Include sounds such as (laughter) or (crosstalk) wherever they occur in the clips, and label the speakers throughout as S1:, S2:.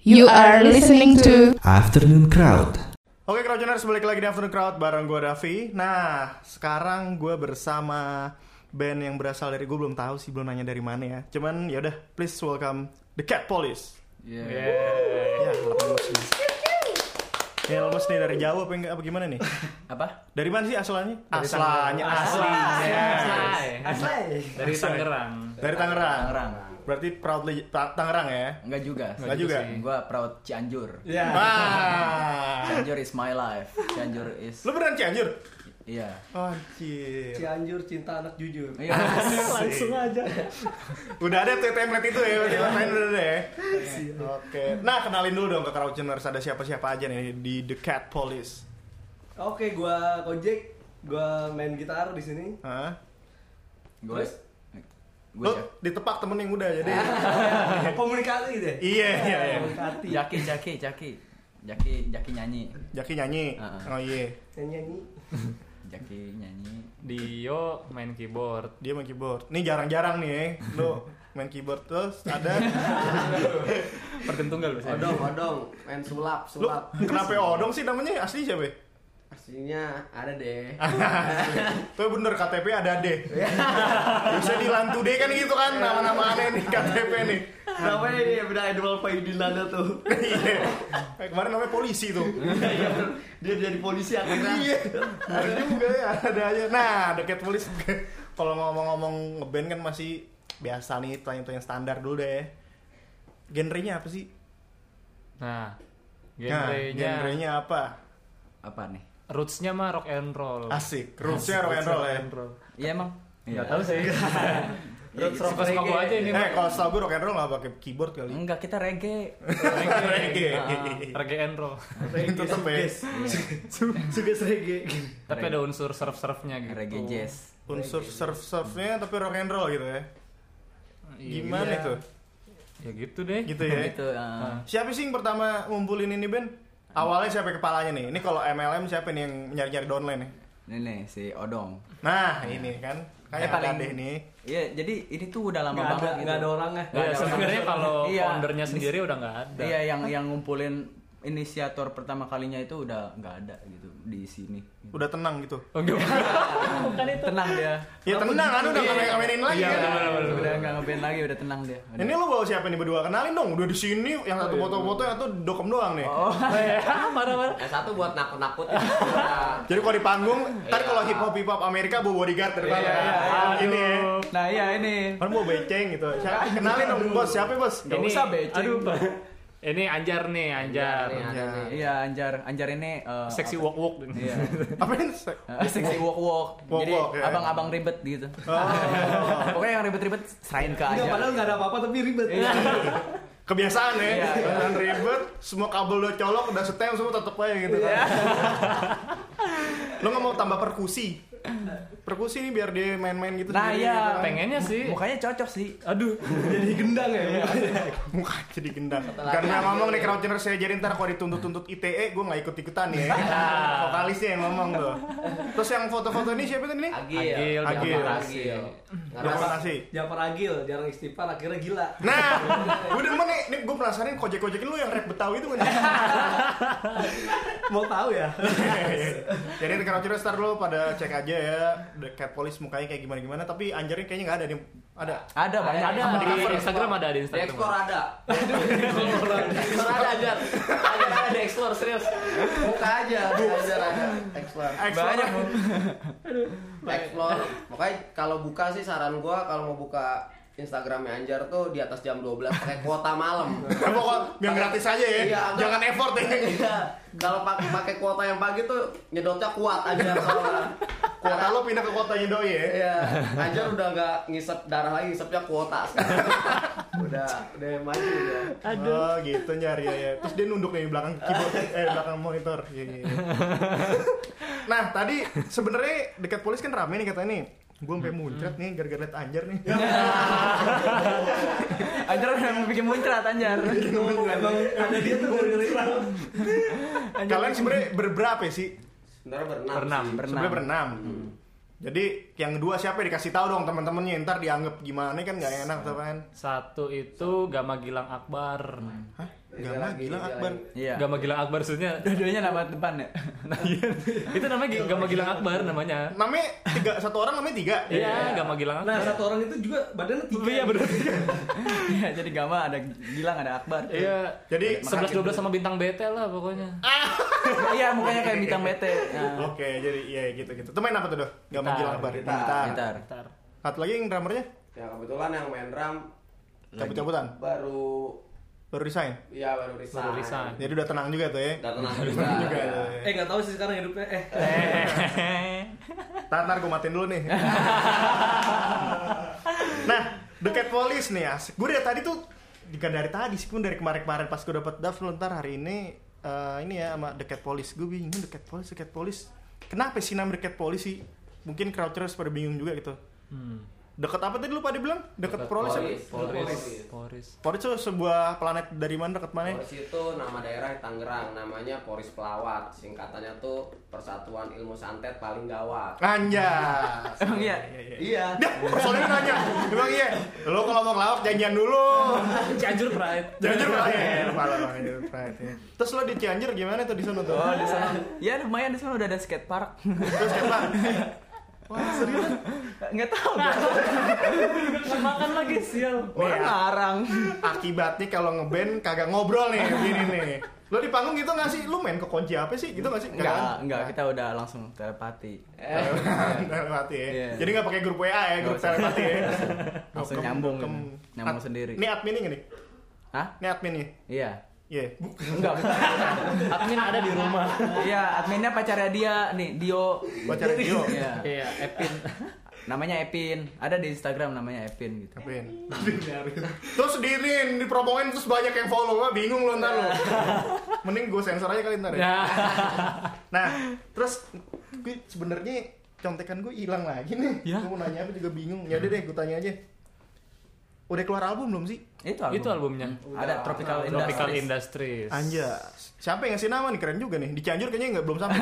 S1: You are listening to
S2: Afternoon Crowd.
S3: Oke Crowdtuners, balik lagi di Afternoon Crowd bareng gue Raffi Nah, sekarang gue bersama band yang berasal dari Gue belum tahu sih, belum nanya dari mana ya Cuman yaudah, please welcome The Cat Police Ya, lemes nih Ya, lemes nih dari jauh apa, enggak- apa gimana nih?
S4: apa
S3: Dari mana sih asalnya? Asalnya, ah, aslinya
S4: dari Tangerang
S3: Dari Tangerang Berarti proudly Ta- Tangerang ya?
S4: enggak juga
S3: Enggak juga? Iya.
S4: gue proud Cianjur
S3: Ya. Wah,
S4: Cianjur is my life Cianjur
S3: Ah.
S4: is
S3: Lu beneran Cianjur?
S4: iya
S3: Anjir
S5: Cianjur cinta anak jujur.
S4: Iya.
S5: Langsung aja. Iya.
S3: Udah ada tuh template itu ya, udah lain udah ada ya. Oke. Nah, kenalin dulu dong ke Crowdgeners ada siapa-siapa aja nih di The Cat Police.
S5: Oke, (laughs) gua Kojek, gua main gitar di sini.
S3: Hah?
S4: gue
S5: Terus?
S4: gue
S3: Lo ditepak temen yang udah jadi.
S5: Ah. Komunikasi deh.
S3: iya, iya, iya.
S5: Komunikasi.
S4: jaki jaki jaki jaki jaki nyanyi
S3: Jaki nyanyi.
S5: Ah.
S4: Heeh.
S3: Oh iya.
S5: Nyanyi.
S4: jaki nyanyi
S6: Dio main keyboard.
S3: Dia main keyboard. Nih jarang-jarang nih, ya. lo main keyboard terus ada
S6: Pergen tunggal biasanya.
S7: Odong, odong, main sulap,
S3: lu
S7: sulap.
S3: kenapa odong sih namanya asli siapa? ya?
S7: Aslinya ada deh.
S3: Tuh bener KTP ada D. (laughs) Bisa dilantu D kan gitu kan nama-nama aneh nih KTP nih.
S5: (laughs)
S3: (laughs)
S5: Kenapa ini ya beda idol Faidin ada
S7: (laughs)
S5: tuh?
S3: Iya. Eh, Kemarin namanya polisi tuh.
S5: Iya, bener. Dia jadi polisi akhirnya.
S3: Iya, ada juga ya, ada aja. Nah, The Cat Police. Kalau ngomong-ngomong ngeband kan masih biasa nih, tanya-tanya standar dulu deh. Genrenya apa sih? Nah,
S6: Nah, genrenya
S3: genrenya apa?
S4: apa nih
S6: rootsnya mah rock and roll.
S3: Asik, rootsnya rock and roll ya.
S4: iya emang
S6: Enggak tahu
S4: (laughs)
S6: sih.
S4: Ya, gitu.
S6: Suka-suka gua aja ini.
S3: Eh, kalau setahu gue rock and roll nggak pakai keyboard kali.
S4: enggak kita reggae
S3: Reggae.
S6: Ah, Reggae and roll.
S3: Tetep ya.
S5: Iya. Suka reggae.
S6: Tapi ada unsur surf-surfnya gitu.
S4: reggae jazz
S3: Unsur surf surfnya tapi rock and roll gitu ya.
S6: Iya.
S3: Gimana itu?
S6: Ya gitu deh.
S3: Gitu ya.
S4: gitu eh,
S3: Siapa sih yang pertama ngumpulin ini band? Awalnya siapa kepalanya nih? Ini kalau MLM siapa nih yang nyari-nyari downline nih?
S4: ini nih si odong
S3: Nah, ini kan kayak
S4: Eh, paling-
S3: ada deh nih.
S4: Iya, jadi ini tuh udah lama
S5: Nggak
S4: banget
S5: ada,
S4: gitu.
S5: nggak ada orangnya.
S4: Nggak
S6: Ya,
S4: ada
S6: sebenarnya
S4: orang.
S6: kalau
S4: (laughs) Iya.
S6: foundernya sendiri udah nggak ada.
S4: Iya, yang yang ngumpulin inisiator pertama kalinya itu udah nggak ada gitu di sini.
S3: Udah tenang gitu.
S6: Oh, enggak.
S4: (laughs) Tenang dia.
S3: Ya tenang kan udah nggak ngamenin lagi
S6: Iya,
S3: kan.
S6: bener, bener, bener.
S4: Udah nggak ngeband lagi, udah tenang dia. Udah.
S3: Ini lu bawa siapa nih berdua? Kenalin dong, udah di sini yang satu foto-foto yang satu dokem doang nih.
S6: Oh. Eh, ah, marah-marah.
S7: Yang satu buat nakut-nakut. ya.
S5: Iya.
S3: Jadi kalau di panggung, ntar kalau hip hop hip hop Amerika bawa bodyguard dari mana? Iya,
S6: iya.
S3: Ini ya.
S4: Nah, iya ini.
S3: Kan mau beceng gitu. Siapa- Kenalin dong bos, siapa bos?
S6: Iya.
S4: Nggak usah beceng.
S6: Aduh,
S4: (laughs)
S6: Pak. Ini Anjar nih, Anjar.
S3: Ya.
S4: Iya, Anjar, Anjar ini eh,
S6: Seksi
S4: apa-
S6: walk-walk.
S4: Iya.
S3: Apa ini?
S4: Eh, (laughs) Seksi walk walk.
S3: Walk-walk,
S4: Jadi
S3: ya.
S4: abang-abang ribet gitu. (laughs) Pokoknya yang ribet-ribet serain ke
S5: Enggak, padahal
S4: Anjar.
S5: nggak ada apa-apa tapi ribet.
S7: Iya.
S3: Kebiasaan ya,
S4: Iya, iya.
S3: Jangan ribet, semua kabel udah colok, udah setem, semua tetep aja gitu kan.
S4: Iya.
S3: Lo nggak mau tambah perkusi? Perkusi nih biar dia main-main gitu.
S4: Nah,
S3: sendiri
S4: iya.
S3: gitu kan.
S6: Pengennya sih.
S4: Mukanya cocok sih.
S6: Aduh.
S5: Jadi gendang ya.
S3: (laughs) Muka jadi gendang. Karena ngomong nih crowdgener saya jadi ntar kalau dituntut-tuntut ITE gue nggak ikut-ikutan ya.
S4: Iya.
S3: Vokalisnya yang ngomong tuh. Terus yang foto-foto ini siapa tadi nih?
S7: Agil.
S6: Agil,
S3: Agil.
S5: Iya.
S7: Agil.
S3: Jafar Nasi.
S5: Japar Agil, jarang istighfar akhirnya gila.
S3: Nah, gue demen nih, nih gue penasaran kojek-kojekin lu yang rap Betawi itu kan.
S4: (laughs)
S5: Mau tahu ya?
S3: (laughs) Jadi crowdgener ntar lu pada cek aja ya The Cat Police mukanya kayak gimana-gimana tapi anjarnya kayaknya nggak ada nih. Ada.
S4: Ada banyak
S6: Ada di Instagram ada di
S7: (laughs) Di
S6: Instagram.
S7: explore ada. Di explore ada aja. Ada ada di explore serius. Buka aja, aja ada. Explore.
S3: Banyak.
S7: Explore. Makanya kalau buka sih saran gua kalau mau buka Instagramnya Anjar tuh di atas jam 12 pakai kuota malam.
S3: Pokok yang gratis aja ya.
S7: Iya,
S3: Jangan effort ya.
S7: Iya. Kalau pak- pakai kuota yang pagi tuh nyedotnya kuat Anjar kalau nggak.
S3: Kuota lo pindah ke kotanya doi ya.
S7: Iya, Anjar udah nggak ngisep darah lagi, ngisepnya kuota. sekarang. udah, udah maju udah.
S3: Oh gitu nyari ya, ya. Terus dia nunduk nih belakang keyboard eh belakang monitor. Iya, iya, iya. nah tadi sebenarnya dekat polis kan rame nih katanya nih. Gue sampai muncrat nih gara-gara liat anjar nih.
S4: (laughs) Anjar memang bikin muncrat Anjar.
S5: Emang ada dia tuh gara-gara
S3: Kalian sebenarnya berberapa ya sih?
S7: Sebenarnya berenam.
S6: Berenam.
S7: sih.
S4: Berenam.
S3: Sebenarnya berenam. gitu. Jadi yang kedua siapa ya? dikasih tahu dong teman-temannya ntar dianggap gimana kan nggak enak tuh kan.
S6: Satu itu Gama Gilang Akbar.
S3: Gak mah, gila Akbar.
S4: Iya.
S6: Gama Gilang Akbar (laughs) maksudnya
S4: Dua-duanya nama depan ya.
S6: itu namanya Gi- Gama Gilang Akbar namanya.
S3: Namanya tiga, satu orang namanya tiga.
S6: Iya, Gama Gilang
S8: Nah,
S6: Akbar.
S8: satu orang itu juga badannya tiga.
S6: Iya benar.
S4: Iya, Jadi Gama ada Gilang ada Akbar.
S6: Iya.
S3: Jadi,
S6: Jadi 11 12 sama bintang BT lah pokoknya.
S4: Iya mukanya kayak bintang BT. Nah.
S3: Oke, jadi iya gitu-gitu. Itu main apa tuh, Doh? Gak mah
S6: Gitar.
S3: gila Akbar.
S8: Gitar.
S4: Gitar.
S6: Ntar.
S3: Satu lagi yang drummernya?
S8: Ya kebetulan yang main drum
S3: Cabut-cabutan.
S8: baru
S3: Baru resign.
S8: ya baru resign.
S6: Baru resign.
S3: Jadi udah tenang juga tuh ya.
S8: Udah tenang juga.
S3: juga.
S8: Eh nggak tahu sih sekarang hidupnya. Eh
S3: Ntar, ntar gue matiin dulu
S4: (laughs)
S3: nih. nah, The Cat Police nih asik. Gue dari tadi tuh, bukan dari tadi sih, pun dari kemarin-kemarin pas gue dapet draft, lu ntar hari ini, eh, ini ya sama The Cat Police. Gue bingung The Cat Police, The Cat Police. Kenapa sih nama The Cat Police sih? Mungkin crowders pada bingung juga gitu.
S6: Hmm.
S3: Deket apa tadi lu pada bilang? Deket, Police.
S7: Polis,
S3: apa?
S7: polis.
S6: (laughs) Polis.
S3: Police tuh sebuah planet dari mana deket mana?
S7: Polis itu nama daerah di Tangerang, namanya Polis Pelawat. Singkatannya tuh Persatuan Ilmu Santet Paling Gawat.
S3: Anjas.
S4: Emang iya?
S8: iya.
S3: Dah, personil nanya. Emang iya? Lo kalau mau ngelawak janjian dulu.
S4: (laughs)
S6: Cianjur Pride.
S3: Janjian malah
S4: Iya,
S3: ya. Malah malah Janjian Pride, ya. Terus lo di Cianjur gimana tuh di sana tuh?
S4: Oh, di sana. Ya lumayan di sana udah ada skate park. (laughs)
S3: Terus siapa? Wah, serius?
S4: Enggak tahu. gua.
S8: Nah.
S6: Makan lagi sial.
S4: Orang
S3: Nih,
S4: larang.
S3: Akibatnya kalau ngeband kagak ngobrol nih gini nih. Lo di panggung gitu gak sih? Lo main ke kunci apa sih? Gitu gak sih?
S4: Enggak, enggak kita udah langsung telepati.
S7: Eh,
S3: telepati ya.
S4: Iya.
S3: Jadi gak pakai grup WA ya, grup
S4: Nggak usah.
S3: telepati ya.
S4: (laughs) Langsung
S3: Dokem,
S4: nyambung
S3: dokem.
S4: gitu. Nyambung
S3: Ad-
S4: sendiri.
S3: Ini adminnya nih.
S4: Hah?
S3: Ini adminnya.
S4: Iya.
S3: Iya.
S4: Enggak.
S6: Admin ada di rumah.
S4: Iya, adminnya pacarnya dia nih, Dio.
S3: Baca radio.
S4: (laughs) Iya.
S6: Iya, Epin.
S4: Namanya Epin. Ada di Instagram namanya Epin gitu.
S3: Apin? terus di ini dipromongin terus banyak yang follow, wah bingung lo ntar lo. Mending gue sensor aja kali
S4: Iya.
S3: ntar ya.
S6: Ya.
S3: Nah, terus gue sebenarnya contekan gue hilang lagi nih.
S6: Ya.
S3: Gue mau nanya apa juga bingung. Ya udah deh, gue tanya aja. Udah keluar album belum sih?
S4: Itu album.
S6: (laughs) Itu albumnya.
S4: Ada Tropical Industries.
S6: Tropical Industries.
S3: Anja, siapa yang ngasih nama nih? Keren juga nih. Di Cianjur kayaknya nggak belum sampai.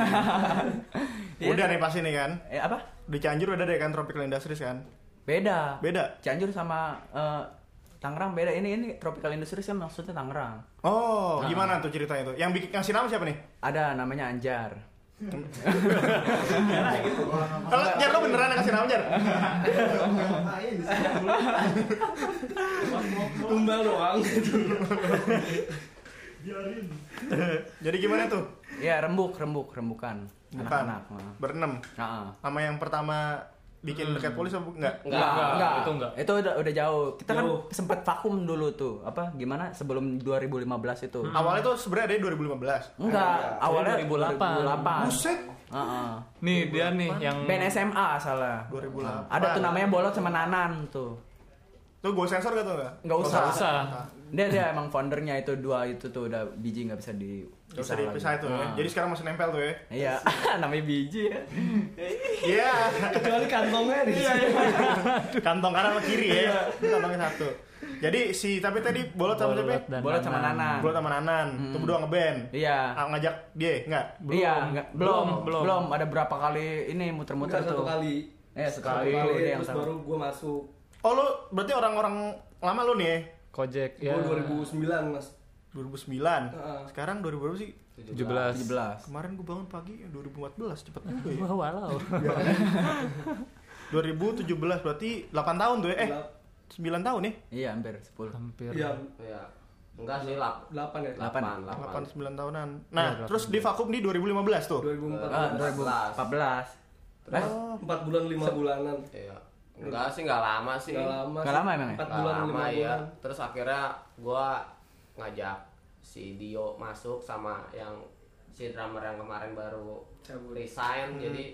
S4: Iya
S3: udah nih pasti nih kan.
S4: Eh apa?
S3: Di Cianjur udah deh kan Tropical Industries kan.
S4: Beda.
S3: Beda.
S4: Cianjur sama eh, Tangerang beda. Ini ini Tropical Industries kan maksudnya Tangerang.
S3: Oh, gimana tuh ceritanya tuh? Yang bikin ngasih nama siapa nih?
S4: Ada namanya Anjar.
S3: Kalau Jar lo beneran yang ngasih nama Jar?
S8: Tumbal doang.
S3: Jadi gimana tuh?
S4: Ya rembuk, rembuk, rembukan.
S3: Bukan.
S4: Anak-anak. Nah.
S3: Berenam.
S4: Nah.
S3: Sama yang pertama bikin dekat polis apa enggak?
S7: Enggak,
S6: enggak, Ah, itu enggak.
S4: Itu udah, udah jauh. Kita
S8: Jauh.
S4: kan sempat vakum dulu tuh. Apa gimana sebelum 2015 itu?
S6: Hmm.
S3: Awalnya tuh sebenarnya dari 2015.
S4: Enggak, awalnya 2008.
S6: 2008.
S3: Iya. Buset,
S4: Heeh.
S6: Nih dia nih yang
S4: Band SMA salah.
S3: 2008.
S4: Ada tuh namanya Bolot sama Nanan tuh.
S3: Tuh gue sensor gak tuh enggak?
S4: Enggak usah.
S6: Nggak usah.
S4: Dia dia emang foundernya itu dua itu tuh udah biji nggak bisa di Nah.
S3: Gak usah dipisah itu
S4: Hmm.
S3: ya. Jadi sekarang masih nempel tuh ya.
S4: Iya, (laughs) namanya biji ya.
S6: (laughs)
S3: Iya.
S8: Kecuali kantongnya di
S6: Iya,
S8: sini.
S3: Kantong kanan sama kiri ya. Kantongnya satu. Jadi si tapi tadi bolot sama
S6: Bolot
S3: siapa?
S6: dan
S4: Bolot sama
S6: Nanan.
S4: Nanan.
S3: Bolot sama Nanan. Tuh berdua ngeband.
S4: Iya.
S3: Ah, ngajak dia enggak?
S4: Iya, nggak- belum,
S6: Belum,
S4: belum,
S6: belum.
S4: Ada berapa kali ini muter-muter
S8: satu
S4: tuh.
S8: kali.
S4: Eh, sekali.
S8: Satu
S4: Dia yang
S8: terus
S4: sama.
S8: baru gue masuk.
S3: Oh lu berarti orang-orang lama lu nih ya?
S6: Kojek
S8: Gue 2009 mas.
S3: 2009.
S8: Heeh.
S3: Sekarang 2000 berapa sih?
S6: 17.
S4: 17.
S3: Kemarin gue bangun pagi ya, 2014 cepet juga ya.
S6: Wah, walau.
S3: 2017 berarti 8 tahun tuh ya? Eh,
S8: Delap-
S3: 9 tahun ya?
S4: Iya, hampir 10.
S6: Hampir.
S8: Iya.
S7: Iya. Enggak sih, lap.
S8: Delapan ya.
S4: Delapan.
S3: 8
S7: 8, 8.
S3: 9 tahunan. Nah,
S6: Iya,
S3: terus di vakum di 2015 tuh.
S8: 2014.
S4: Ah, 2014. Eh,
S8: Empat bulan lima bulanan.
S7: Iya. Enggak sih, enggak lama sih.
S8: Gak lama.
S4: Nggak
S8: sih.
S4: lama emang ya?
S8: Empat
S7: Nggak
S8: bulan lima
S7: lama ya.
S8: bulan.
S7: Terus akhirnya gua ngajak si Dio masuk sama yang si drummer yang kemarin baru
S8: Cabut. Hmm.
S7: resign jadi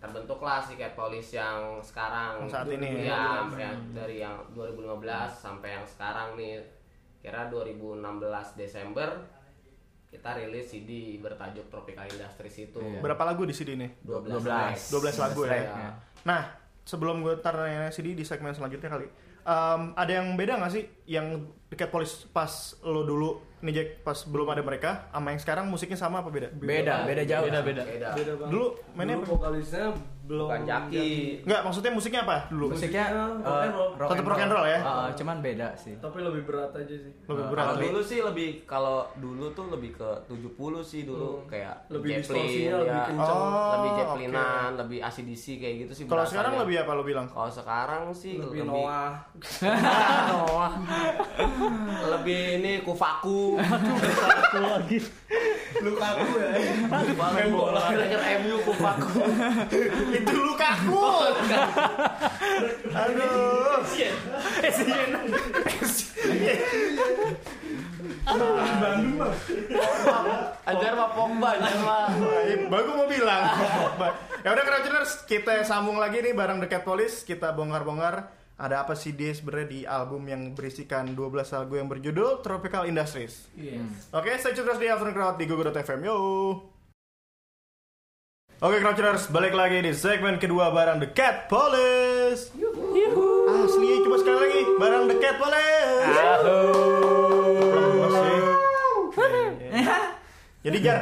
S7: terbentuklah si Cat Police yang sekarang
S3: Yang saat ini.
S7: ya sampai yang- dari yang 2015 sampai yang sekarang nih kira 2016 Desember kita rilis CD bertajuk Tropical Industries itu
S3: Berapa lagu di CD nih?
S7: 12
S4: 12.
S3: 12 lagu ya.
S4: track,
S7: ya.
S3: Nah, sebelum gue nanya CD di segmen selanjutnya kali. Em, ada yang beda nggak sih yang The Cat Police pas lo dulu nih Jack pas belum ada mereka sama yang sekarang musiknya sama apa beda?
S7: Beda, beda jauh.
S6: Beda beda.
S9: Beda.
S10: Beda banget.
S3: Dulu mainnya
S10: Dulu
S3: apa?
S10: vokalisnya belum
S9: Bukan jaki.
S3: Enggak, maksudnya musiknya apa dulu?
S4: Musiknya
S10: rock and
S4: eh,
S10: roll.
S3: Tetep rock and roll ya?
S4: Ah, ah, cuman beda sih.
S10: tapi lebih berat aja sih.
S3: Lebih
S4: Eh,
S3: berat.
S7: Kalau
S3: ya?
S7: dulu sih lebih kalau dulu tuh lebih ke 70 sih dulu
S10: Hmm.
S7: kayak
S10: Lebih
S7: Zeppelin
S10: distorsinya lebih
S7: ya.
S10: kencang.
S3: Oh,
S7: lebih
S3: oke.
S7: Zeppelinan, lebih ACDC kayak gitu sih.
S3: Kalau
S7: berasanya.
S3: sekarang
S10: ya.
S3: lebih apa lo bilang?
S7: Kalau sekarang sih
S10: lebih Noah.
S7: lebih ini kufaku.
S10: Luka aku ya.
S7: Main bola. Belajar MU kufaku. Oh,
S3: Itu Lukaku. Aduh.
S7: Ajar mah Pogba, ajar mah.
S3: Baik, bagus mau bilang. (laughs) Baik. ya udah Crouchers, kita sambung lagi nih bareng The Cat Police, kita bongkar-bongkar ada apa sih dia sebenarnya di album yang berisikan 12 lagu yang berjudul Tropical Industries. Hmm. Oke, saya terus di Afternoon Crowd di Google.fm, yo. Oke, Crouchers, balik lagi di segmen kedua bareng The Cat Police. Asli, coba sekali lagi bareng The Cat Police. Lemes sih. Iya. Jadi Jar,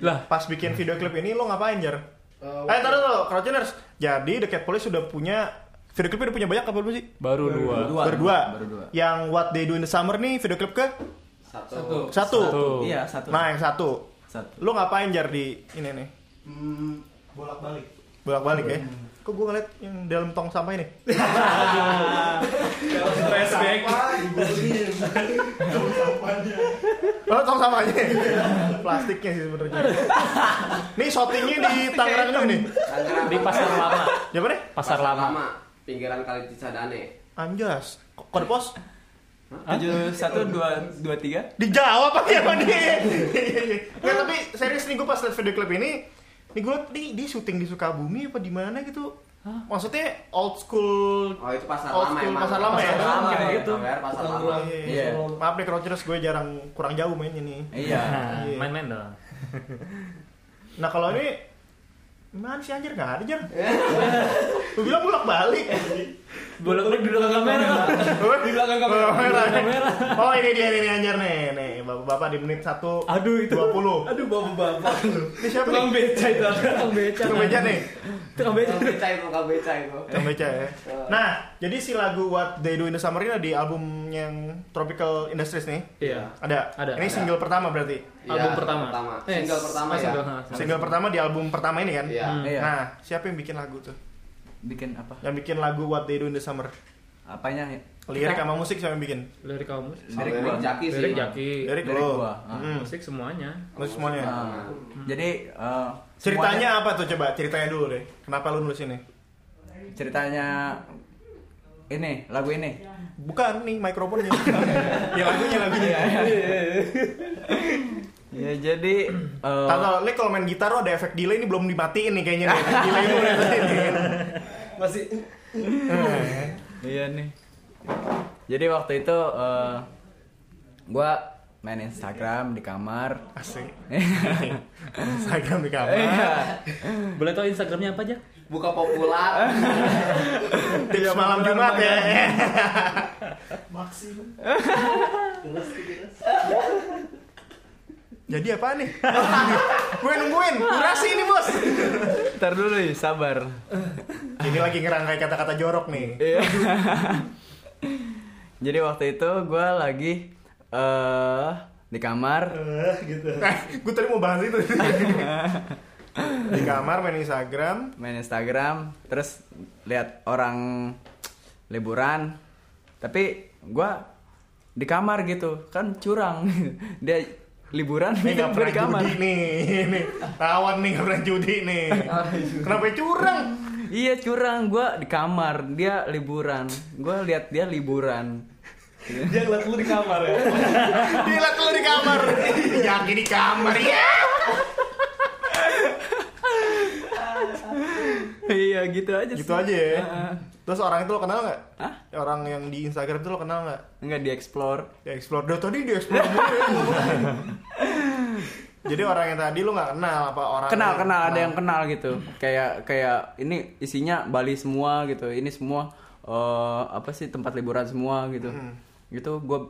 S6: Lah,
S3: pas bikin video klip ini lo ngapain Jar? eh taruh dulu, Crouchers. Jadi The Cat Police sudah punya video klip udah punya banyak apa belum sih?
S6: baru dua.
S4: Dua.
S3: Berdua.
S4: Berdua.
S3: Yang What They Do in the Summer nih video klip ke
S9: Satu.
S3: satu.
S6: Satu.
S4: Iya, satu.
S3: Nah yang satu,
S4: Satu.
S3: lo ngapain Jar di ini nih?
S10: Hmm, bolak-balik. Hmm.
S3: Bolak balik ya? Kok gue ngeliat yang dalam tong sampah
S10: (laughs)
S3: ini?
S10: Flashback.
S3: Oh tong sampahnya? Plastiknya sih sebenarnya. Nih shootingnya di Tangerang juga nih.
S9: Tangerang.
S6: Di pasar lama.
S3: Ya apa nih?
S6: Pasar lama.
S9: Pinggiran Kali Cisadane.
S3: Anjas. Kode pos?
S4: Tujuh, satu, dua, dua, tiga.
S3: Dijawab apa ya Pak dia? Nggak, tapi serius nih gue pas liat video klip ini, nih gue liat nih dia syuting di Sukabumi apa di mana gitu? Maksudnya old school.
S6: iya.
S9: Oh itu pasar
S3: Old
S9: lama
S3: school
S9: emang.
S3: pasar lama ya?
S9: Pasar lama
S4: Kayak
S9: ya.
S4: gitu.
S9: Tawer, pasar lama.
S4: Iya.
S3: Maaf nih Crouchers gue jarang kurang jauh mainnya nih.
S4: Iya.
S6: Nah,
S3: Iya.
S6: main-main dong.
S3: Nah kalau ini Mana sih anjir gak
S6: (laughs)
S3: ada anjir Gue bilang bolak balik
S6: Bolak-balik di belakang kamera.
S3: Di
S6: belakang kamera. Di belakang kamera.
S3: Oh ini dia ini dia, anjir nih Nih bapak-bapak di menit 1
S6: Aduh, itu.
S3: 20
S10: Aduh bapak-bapak lu.
S3: Ini siapa nih?
S6: beca itu. Tukang beca.
S4: Nah,
S3: Tukang beca nih
S6: Tukang beca.
S9: Tukang beca itu, tukang beca itu.
S3: Tukang beca ya Nah jadi si lagu What They Do In The Summer ini di album yang Tropical Industries nih
S6: (laughs) Iya.
S3: Ada?
S6: Ada.
S3: Ini
S6: Ada.
S3: single pertama berarti
S6: Album
S9: Iya,
S6: pertama. Eh,
S9: Single pertama
S6: ah,
S9: ya.
S6: single, ah,
S3: Single pertama di album pertama ini kan
S9: Iya.
S6: Hmm.
S4: Iya.
S3: Nah siapa yang bikin lagu tuh?
S4: Bikin apa?
S3: Yang bikin lagu What They Do In The Summer
S4: Apanya? ya?
S3: Lirik sama musik siapa yang bikin?
S6: Lirik kamu.
S4: Lirik
S9: Lirik
S4: gua.
S9: Jaki sih.
S6: Lirik Jaki.
S3: Lirik
S4: Lirik
S3: lo
S4: gua, ah.
S3: Mm.
S6: Musik semuanya.
S3: Lo semuanya
S4: Ah, Jadi eh,
S3: Hmm. Ceritanya apa tuh coba? Ceritanya dulu deh. Kenapa lu nulis ini?
S4: semuanya- ceritanya ini lagu ini.
S3: Bukan nih
S4: (laughs)
S3: mikrofonnya. ya lagunya lagunya.
S4: Iya, Ya jadi eh,
S3: Tante, Lek kalau main gitar lo ada efek delay ini belum dimatiin nih kayaknya nih. Efek delay lu nih tadi nih.
S10: Masih
S3: Eh,
S4: Iya nih. Jadi waktu itu eh, gua main Instagram di kamar. (laughs)
S3: Asik. Instagram di kamar.
S4: Eh,
S6: Boleh tahu Instagramnya apa aja?
S9: Buka populer.
S3: Tips malam Jumat (laughs) ya.
S10: maksimum.
S3: Jadi apa nih? (laughs) Gue nungguin. Durasi ini bos.
S4: Ntar dulu ya, sabar.
S3: Ini lagi ngerangkai kata-kata jorok nih.
S4: Iya. Jadi waktu itu gua lagi eh di kamar.
S10: Eh, gitu.
S3: (laughs) Gue tadi mau bahas itu. di kamar main Instagram.
S4: main Instagram terus lihat orang liburan tapi gua di kamar gitu kan curang (laughs) dia liburan
S3: Ini
S4: dia
S3: gak pernah
S4: kan di kamar
S3: judi nih, ini rawan nih gak pernah judi nih. Kenapa curang?
S4: iya curang gua di kamar dia liburan gua lihat dia liburan (laughs)
S10: Dia ngeliat lu di kamar ya.
S3: Gila lu di kamar, jaki di kamar ya.
S4: iya gitu aja
S3: Gitu
S4: sih.
S3: aja ya.
S4: Heeh.
S3: Terus orang itu lo kenal nggak? Ya, Orang yang di Instagram itu lo kenal nggak?
S4: nggak di explore
S3: Ya explore Dah, tadi di explore mulu ya. Jadi orang yang tadi lo nggak kenal apa orang?
S4: kenal
S3: yang-
S4: kenal ada yang kenal gitu kayak kayak ini isinya Bali semua gitu ini semua eh, apa sih tempat liburan semua gitu gitu gua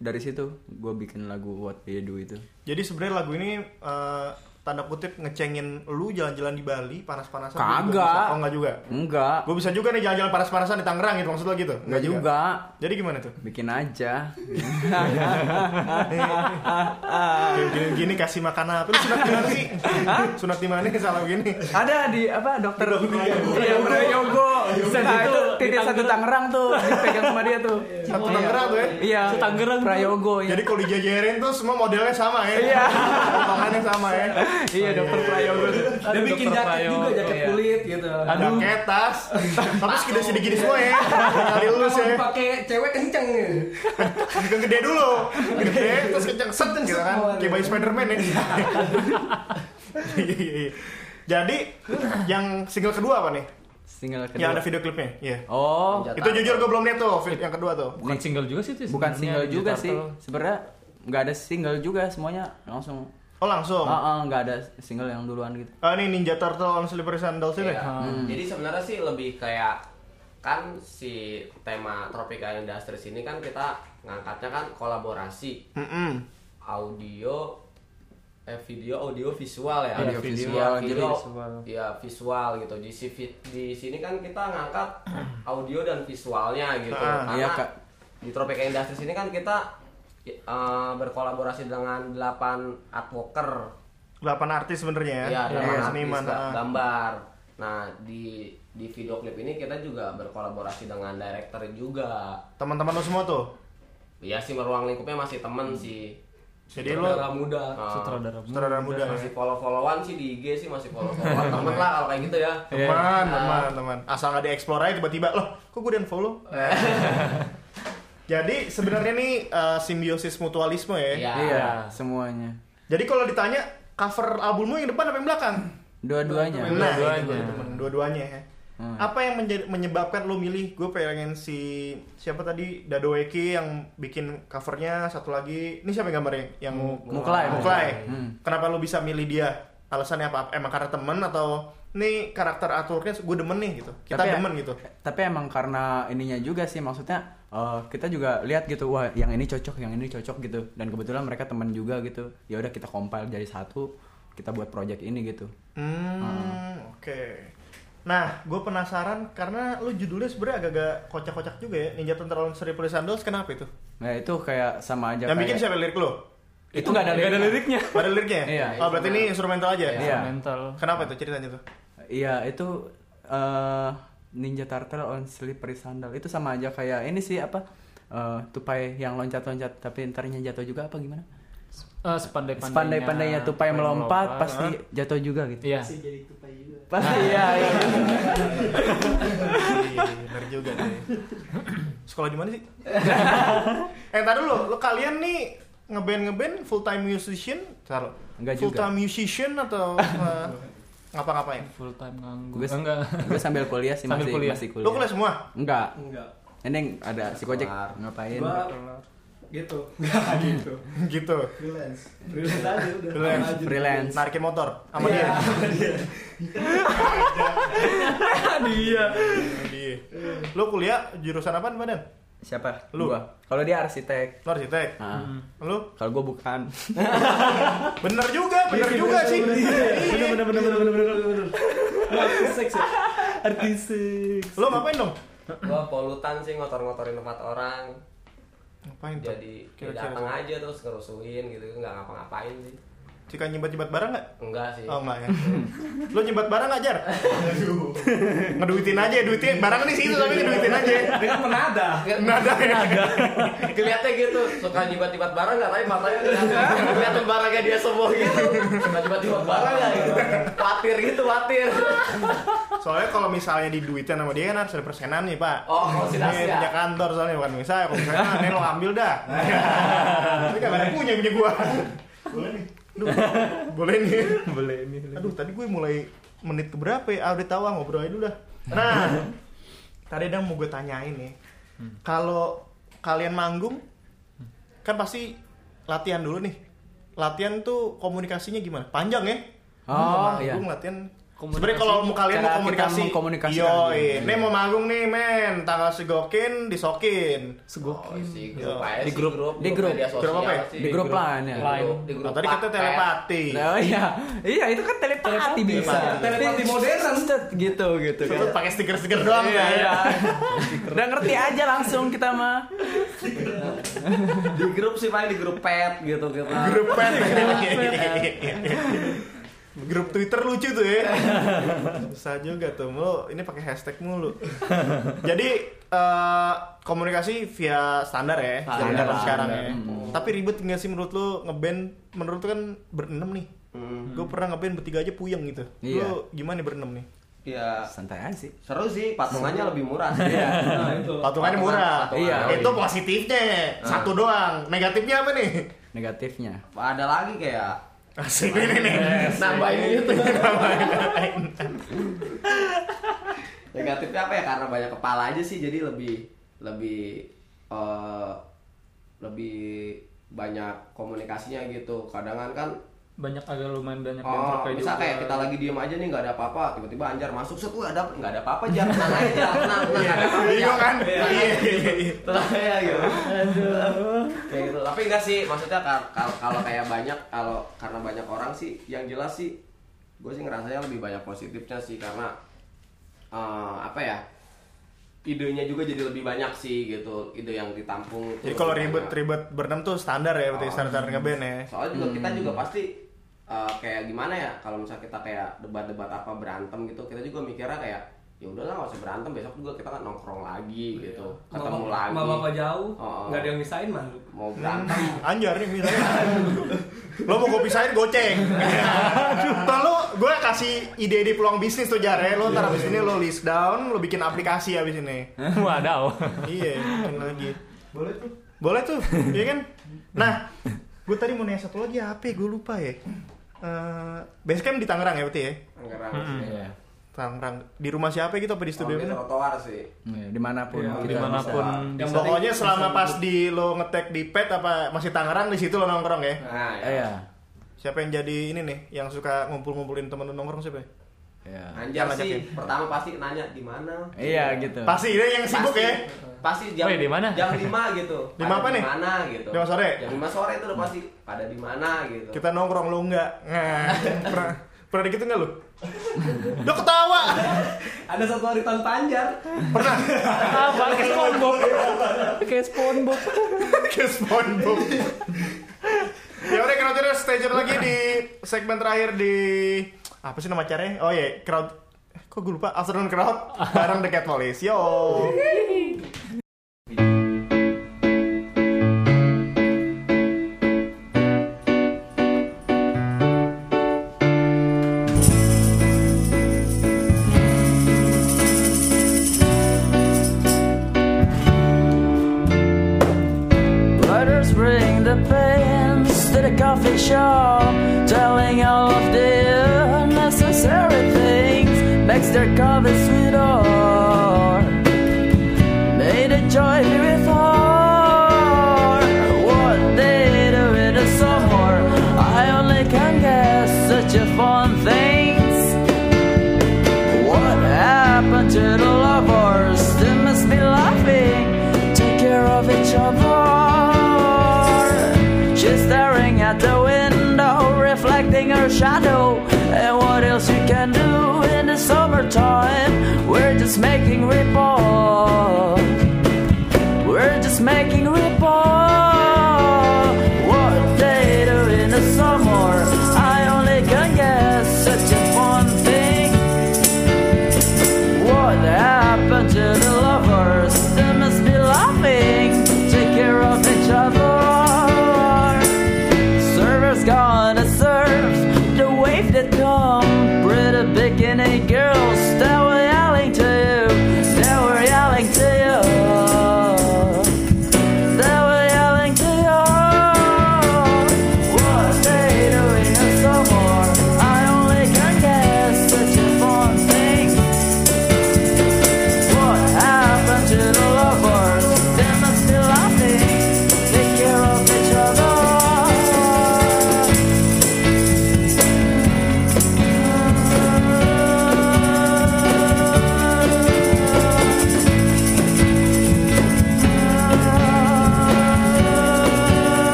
S4: dari situ gua bikin lagu What We Do itu
S3: Jadi sebenarnya lagu ini eh, tanda kutip ngecengin lu jalan-jalan di Bali panas-panasan. lu juga
S4: Kagak.
S3: bisa. Oh enggak juga.
S4: enggak
S3: Gue bisa juga nih jalan-jalan panas-panasan di Tangerang gitu maksud lo gitu.
S4: enggak juga
S3: Jadi gimana tuh?
S4: bikin aja Ah.
S3: Gini, gini kasih makan apa? Lu sunat di mana sih? Sunat di mana salah gini?
S4: ada di apa dokter iya Yogo itu titik satu Tangerang tuh dipegang sama dia tuh
S3: Satu Tangerang tuh ya.
S4: iya
S6: Tangerang tuh.
S4: Prayogo ya.
S3: Jadi kalau dijajarin tuh semua modelnya sama ya.
S4: Iya.
S3: Potongannya sama ya.
S4: iya dokter Prayogo
S11: Dia bikin jaket juga, jaket
S4: Iya.
S11: kulit gitu.
S3: Aduh. Jaket, tas. Tapi segede segede gini semua ya. Nyari lulus
S11: Kalau
S3: ya.
S11: dipakai cewek kenceng. ya.
S3: Bikin gede dulu. Gede terus kenceng set gitu kan. Kayak baju Spiderman ya. Iya, iya, iya. Jadi yang single kedua apa nih?
S4: single
S3: Yang ada
S4: kedua
S3: video klipnya. Iya.
S4: oh
S7: Senjata.
S3: Itu jujur gue belum lihat tuh video yang kedua tuh.
S6: Bukan single juga sih itu.
S4: bukan
S6: sebenarnya,
S4: single
S6: Dewi
S4: juga
S6: Tarto.
S4: sih sebenarnya nggak ada single juga semuanya langsung
S3: Oh langsung.
S4: Ah, ah, nggak ada single yang duluan gitu
S3: Ah ini Ninja Turtle on Slippery Sandals ini.
S7: Iya. Jadi sebenarnya sih lebih kayak kan si tema Tropical Industries ini kan kita ngangkatnya kan kolaborasi
S3: Mm-mm.
S7: audio eh video audio visual ya
S4: Audio
S7: Iya,
S4: visual,
S7: video,
S4: jadi
S6: visual.
S7: ya visual gitu di si- di sini kan kita ngangkat audio dan visualnya gitu
S3: Ah,
S7: karena
S4: iya, Kak.
S7: di Tropica Industries ini kan kita eh, berkolaborasi dengan 8 artworker
S3: Delapan artis sebenarnya ya.
S7: Iya,
S3: Delapan
S7: gambar
S3: seniman.
S7: artis,
S3: ah.
S7: gambar. Nah, di di video klip ini kita juga berkolaborasi dengan director juga.
S3: Teman-teman lo semua tuh.
S7: Iya sih ruang lingkupnya masih temen sih.
S3: Jadi lo
S11: Darah muda.
S7: Eh,
S6: Sutradara.
S3: sutradara muda ya.
S7: masih follow-followan sih di IG sih masih follow-followan
S3: (laughs)
S7: temen lah kalau kayak gitu ya.
S3: Teman, teman, teman. Asal nggak dieksplor aja tiba-tiba loh, kok gue dan follow. Jadi sebenarnya nih eh, simbiosis mutualisme ya.
S7: Iya.
S4: iya semuanya
S3: Jadi kalau ditanya cover albummu yang depan apa yang belakang?
S4: Iya, dua-duanya Hmm.
S3: Nah, dua-duanya. dua-duanya ya. Apa yang menjadi- menyebabkan lo milih gue pengen si siapa tadi Dadoweki yang bikin covernya satu lagi ini siapa yang gambarnya yang
S4: Muklai.
S3: Muklai.
S4: Hmm.
S3: Kenapa lo bisa milih dia? Alasannya apa? Emang karena temen atau nih karakter aturnya gue demen nih gitu. Kita
S4: Tapi- ya-
S3: demen gitu.
S4: tapi emang karena ininya juga sih maksudnya eh, kita juga lihat gitu wah yang ini cocok yang ini cocok gitu dan kebetulan mereka teman juga gitu ya udah kita compile jadi satu kita buat project ini gitu
S3: Hmm, oke. Nah, gue penasaran karena lu judulnya sebenarnya agak-agak kocak-kocak juga ya. Ninja Tentara Lawan Seri Police Sandals kenapa itu?
S4: nah itu kayak sama
S3: Yang
S4: aja kayak-
S3: bikin siapa lirik lu?
S4: itu nggak ada, nggak ada liriknya
S3: Ada liriknya?
S4: Iya.
S3: Oh, berarti ini instrumental aja?
S4: Iya.
S6: Mental.
S3: Kenapa itu ceritanya tuh?
S4: iya itu eh, ninja turtle on slippery sandal itu sama aja kayak ini sih apa eh, tupai yang loncat-loncat tapi entarnya jatuh juga apa gimana
S6: Eh, sepandai-pandainya.
S4: pandai-pandainya tupai melompat pasti jatuh juga gitu
S6: Iya.
S4: pasti (laughs) iya iya.
S3: Iya, bener juga deh. Sekolah di mana
S4: (laughs)
S3: sih? eh, tadi dulu. Lu kalian nih ngeband ngeband full time musician? Taruh.
S4: Enggak
S3: full
S4: juga.
S3: time musician
S4: (laughs)
S3: atau eh, ngapa-ngapain?
S6: Full time nganggur.
S4: gue
S6: Enggak.
S4: (laughs) gue sambil kuliah sih
S6: Sambil
S4: masih
S6: kuliah.
S4: masih kuliah
S3: Lu kuliah semua? (laughs)
S4: enggak
S11: Enggak.
S4: neneng ada si kojek
S7: Kelar.
S4: ngapain
S11: Gua gitu. Enggak gitu.
S3: gitu.
S11: Freelance. Freelance aja udah.
S3: Freelance.
S11: Lanjut.
S4: freelance
S3: Narikin motor sama
S11: Iya,
S3: (laughs) dia.
S11: sama dia.
S3: Iya. Lu kuliah jurusan apa, Badan?
S4: siapa
S3: Lu.
S4: Gua. kalau dia arsitek
S3: Lu arsitek.
S4: Ah.
S3: Lu
S4: kalau gue bukan
S3: bener juga, bener
S6: Iya,
S3: juga sih. Iya.
S6: Bener bener bener bener bener bener, bener. ya?
S11: Artisek sih.
S3: Lu ngapain dong?
S7: Gua polutan sih ngotor-ngotorin tempat orang.
S3: Ngapain tuh?
S7: Jadi ya
S3: Kira-kira
S7: datang aja terus ngerusuin gitu nggak ngapa-ngapain sih.
S3: Cika nyimbat-nyimbat barang nggak?
S7: Enggak sih. (laughs)
S3: Oh enggak ya. Lu nyimbat barang nggak, Jar? Ngeduitin aja, duitin. Barang di situ tapi ngeduitin aja.
S11: Dengan menadah.
S3: Nada ya.
S7: Kelihatnya gitu, suka nyibat-nyibat barang nggak tapi matanya kelihatan- kelihatan barangnya dia semua gitu. Suka nyibat-nyibat barang nggak gitu. Patir gitu, patir.
S3: Soalnya kalau misalnya diduitin sama dia kan harus ada persenan nih, Pak.
S7: Oh, kalau si
S3: Ini
S7: Dasya.
S3: punya kantor soalnya bukan misalnya kalau misalnya ah, nih lo ambil
S7: (laughs)
S3: dah. Tapi gak ada yang punya punya gua. Boleh nih. Duh, boleh nih.
S6: Boleh ini.
S3: Aduh, tadi gue mulai menit ke berapa ya? Ah, udah tahu ah, ngobrol aja dulu dah. Nah, tadi ada yang mau gue tanyain nih.
S7: Hmm.
S3: Kalau kalian manggung kan pasti latihan dulu nih. Latihan tuh komunikasinya gimana? Panjang ya?
S4: (laughs) Oh,
S3: Manggung,
S4: iya.
S3: latihan
S6: Komunikasi.
S3: Sebenarnya kalau mau kalian
S12: Cara
S3: mau
S12: kita
S3: komunikasi,
S12: mengkomunikasikan.
S3: yoi, nih mau manggung nih men, tanggal segokin disokin.
S7: Oh, si
S3: Iya.
S7: grup aja sih,
S12: Di grup- di grup.
S7: media sosial
S3: Grup apa ya?
S7: sih.
S12: Di grup lain ya.
S7: Di grup- di
S3: Nah,
S7: grup
S3: tadi
S7: Wattpad.
S3: kata telepati.
S12: Oh iya, iya itu kan telepati bisa.
S5: Telepati modern.
S12: Cet, gitu gitu.
S3: Itu
S12: kan.
S3: pakai stiker-stiker doang
S12: Iya,
S3: kan?
S12: iya. Udah ngerti aja langsung kita mah.
S5: Di grup sih paling di grup pet gitu kita.
S3: Grup pet. Grup Twitter lucu tuh ya. Susah juga tuh. Lu ini pakai hashtag mulu. Jadi eh, komunikasi via standar ya,
S7: Standar.
S3: standar sekarang ya.
S12: Hmm.
S3: Tapi ribet nggak sih menurut lu ngeband? Menurut lu kan berenam nih. Gue pernah ngeband bertiga aja puyeng gitu.
S12: Iya.
S3: Lu gimana nih berenam nih?
S7: Iya.
S12: Santai aja sih.
S7: Seru sih, patungannya lebih
S6: (laughs)
S7: murah sih.
S12: Iya.
S5: Nah, itu.
S3: Patungannya
S7: Patungan-
S3: murah.
S7: patungan.
S12: Iya.
S3: Itu positifnya satu doang. Negatifnya apa nih?
S12: Negatifnya.
S7: Ada lagi kayak
S3: Asik ini nih.
S7: nambahin itu. Negatifnya apa ya? Karena banyak kepala aja sih, jadi lebih lebih eh, lebih banyak komunikasinya gitu. Kadang kan
S6: Banyak agak lumayan banyak yang
S7: Oh,
S6: terkait
S7: bisa
S6: juga.
S7: kayak
S6: (laughs)
S7: kita lagi diem aja nih nggak ada apa-apa, tiba-tiba Anjar masuk set, "Wah, ada nggak ada apa-apa, Jar, tenang aja, Jar, tenang, tenang, nggak ada apa-apa, Jar."
S3: Bingung kan? Iya. iya, iya.
S7: (laughs) tenang aja gitu. kayak gitu. Tapi enggak sih, maksudnya kal- kal- kalau kayak banyak, kalau karena banyak orang sih, yang jelas sih, gue sih ngerasanya lebih banyak positifnya sih karena eh, apa ya? Idenya juga jadi lebih banyak sih gitu, ide yang ditampung. tuh
S3: Jadi kalau
S7: lebih banyak.
S3: ribet-ribet berenam tuh standar ya berarti
S7: Oh.
S3: standar ngeband ya.
S7: Soalnya juga kita juga pasti uh, kayak gimana ya kalau misalnya kita kayak debat-debat apa berantem gitu, kita juga mikirnya kayak ya udahlah nggak usah berantem besok juga kita kan nongkrong lagi gitu,
S4: Iya.
S7: ketemu
S5: Mama-
S7: lagi.
S5: Mama apa jauh?
S7: Oh.
S5: Nggak ada yang misain malu.
S7: Mau berantem.
S3: Anjar nih misalnya. lo mau kopi saya goceng. Ntar lo gue kasih ide-ide peluang bisnis tuh Jar ya. Lo ntar abis ini lo list down, lo bikin aplikasi abis ini.
S6: Wadaw.
S3: iya, bikin lagi. Boleh tuh. Boleh tuh, iya kan? Nah, gue tadi mau nanya satu lagi apa ya? Gue lupa ya. Eh, basecamp di Tangerang ya berarti ya?
S7: Ngerang sih.
S12: Iya.
S3: Tangerang. Di rumah siapa gitu apa di
S7: ya. Kalau
S3: studio
S7: di
S3: mana?
S7: trotoar sih.
S12: Iya, Dimanapun.
S6: Iya,
S12: kita
S6: dimanapun
S12: bisa.
S6: di
S5: Yang
S3: Pokoknya selama pas di lo ngetek di pet apa masih Tangerang di situ lo nongkrong ya.
S7: Nah,
S12: Eh,
S7: ya.
S12: Iya.
S3: Siapa yang jadi ini nih yang suka ngumpul-ngumpulin temen lu nongkrong siapa? ya?
S12: Iya.
S7: Anjar
S3: Yang
S7: sih
S3: ngajakin.
S7: pertama pasti nanya di mana.
S12: Iya gitu.
S4: Eh,
S3: Pasti dia yang sibuk
S7: Pasti-
S3: ya.
S7: Pasti jam
S6: Woi, di mana?
S7: Jam 5 gitu.
S3: (laughs) Lima apa
S7: Pada
S3: nih?
S7: Di mana gitu.
S3: Lima sore?
S7: Jam 5 sore itu udah pasti pada di mana gitu.
S3: Kita nongkrong lo enggak. Nah, pernah pernah dikit enggak lu? Lo ketawa. (laughs)
S5: Ada satu hari tanpa Anjar.
S3: Pernah.
S6: Apa? Kayak Ah, (laughs) SpongeBob. Kayak SpongeBob.
S3: Ke SpongeBob. ya udah crowd Warriors, stay tune lagi di segmen terakhir di apa sih nama acaranya? Oh iya, crowd eh, kok gue lupa afternoon crowd bareng The Cat Police. Yo.
S4: Butters bring the pens to the coffee shop, telling all of the unnecessary things. Makes their coffee sweeter. May the joy be with her. What they do in the summer, I only can guess. Such a fun things. What happened to the lovers? They must be laughing. Take care of each other. She's staring at the window, reflecting her shadow. And what else you can do in the summertime? We're just making report. We're just making report. What they do in the summer? I only can guess. Such a fun thing. What happened to the lovers? They must be laughing. Take care of each other. Servers gonna serve the wave that come. Pretty bikini girls that were yelling to you. They were yelling to you. They were yelling to you. What they doing in summer? I only can guess. Such a fun thing. What happened to the lovers? They must be laughing. Take care of each other.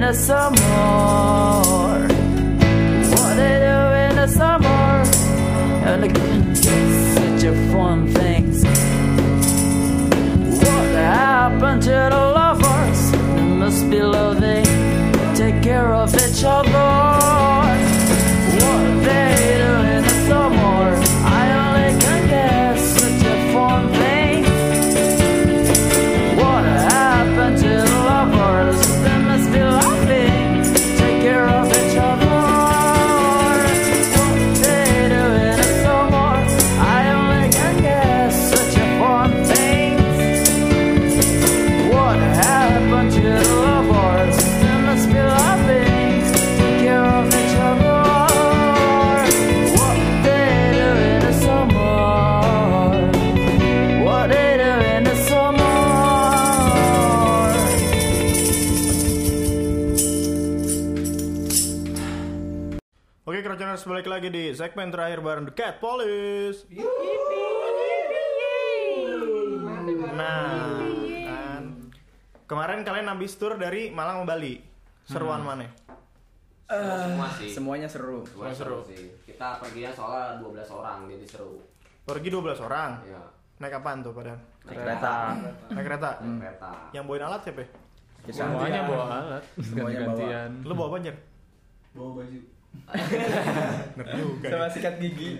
S4: the summer? What do you do in the summer? And again, such a fun things. What happened to the lovers? They must be loving. Take care of each other. What they do in the summer? I only can guess. Such a fun thing. What happened to the lovers? They must be loving. Take care of each other. What they do in the summer? I only can guess. Such a fun thing. What happened to the lovers? They must be loving, take care of each other. What they do in the summer? What they do in the summer?
S3: Oke, keroconers balik lagi di segmen terakhir bareng The Cat Police. Nah, kan. kemarin kalian habis tour dari Malang ke Bali. Seruan mana?
S7: semua sih
S12: Semuanya seru.
S7: Semua seru sih kita perginya soalnya 12 orang jadi seru
S3: Pergi 12 orang.
S7: ya
S3: Naik apaan tuh padahal?
S12: Kereta.
S3: Naik kereta.
S7: peta
S3: Yang bawain alat siapa? Hmm. ya?
S6: Semuanya bawa alat.
S12: Iya. Semuanya bawa.
S6: Gantian.
S3: Lu bawa apa, Jer?
S5: Bawa baju.
S3: (laughs) Bener juga.
S5: Sama
S3: ya.
S5: sikat gigi.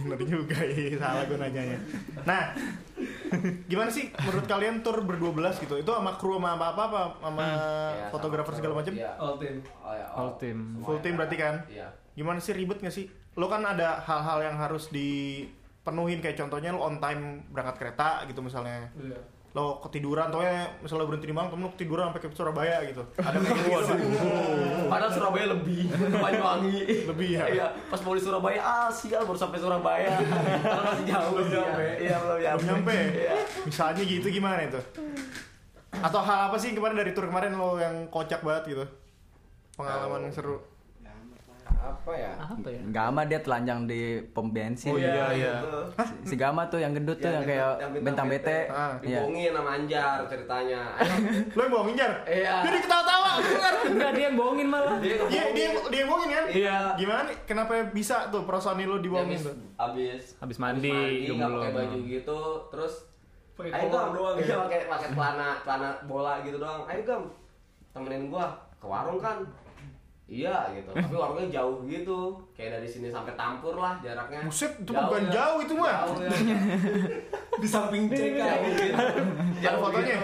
S3: Bener juga, iya, salah gue nanyanya. Nah, gimana sih menurut kalian tour berdua belas gitu? Itu sama kru sama apa apa apa sama
S7: Ya, sama
S3: fotografer
S7: seru.
S3: segala macam?
S7: Iya.
S5: All team.
S7: Oh, ya,
S6: All team.
S7: Semuanya.
S3: Full team berarti kan?
S7: iya
S3: Gimana sih ribet gak sih? Lo kan ada hal-hal yang harus dipenuhin kayak contohnya lo on time berangkat kereta gitu misalnya.
S5: Iya.
S3: Lo ketiduran, tohnya misalnya lo berhenti di Malang, temen lo ketiduran sampai ke Surabaya gitu. Ada kayak gitu nggak sih?
S7: Padahal Surabaya lebih Banyuwangi
S3: Lebih ya?
S7: Iya Pas mau di Surabaya Ah sial baru sampai Surabaya Padahal masih jauh
S5: Belum
S7: Iya.
S5: nyampe.
S7: Iya belum nyampe
S3: Belum nyampe.
S7: Iya
S3: Misalnya gitu gimana itu? Atau hal apa sih kemarin dari tour kemarin lo yang kocak banget gitu? Pengalaman yang seru.
S7: Apa ya
S6: Apa ya?
S12: Gama dia telanjang di pom bensin.
S6: Oh iya iya.
S12: Si Gama tuh yang gendut tuh Iya, yang, kayak bentang bete.
S3: Ah,
S12: Iya.
S7: Dibohongin sama Anjar ceritanya
S3: Lo yang bohongin Jar?
S7: Iya.
S3: Dia ketawa-tawa. bener.
S6: Enggak dia yang bohongin malah.
S7: Dia
S3: Iya, dia
S7: ngebohongin
S3: dia yang bohongin kan?
S7: Iya.
S3: Gimana nih? Kenapa bisa tuh perasaan lo
S7: Dia
S3: dibohongin
S7: Abis
S3: tuh?
S7: Abis
S6: Habis mandi,
S7: mandi nggak
S6: gemblong.
S7: pakai baju gitu Terus
S5: Pakai
S7: Ayo
S5: kolor
S7: gam doang
S3: ya?
S5: Iya.
S7: Iya pakai pakai celana celana bola gitu doang Ayo gam temenin gua ke warung kan Iya gitu, tapi warungnya jauh gitu Kayak dari sini sampai Tampur lah jaraknya
S3: Buset, itu mah bukan jauh itu mah.
S7: Jauh
S3: (laughs)
S7: ya.
S5: Di samping cek
S7: Iya,
S5: kan.
S7: gitu.
S3: Ada fotonya.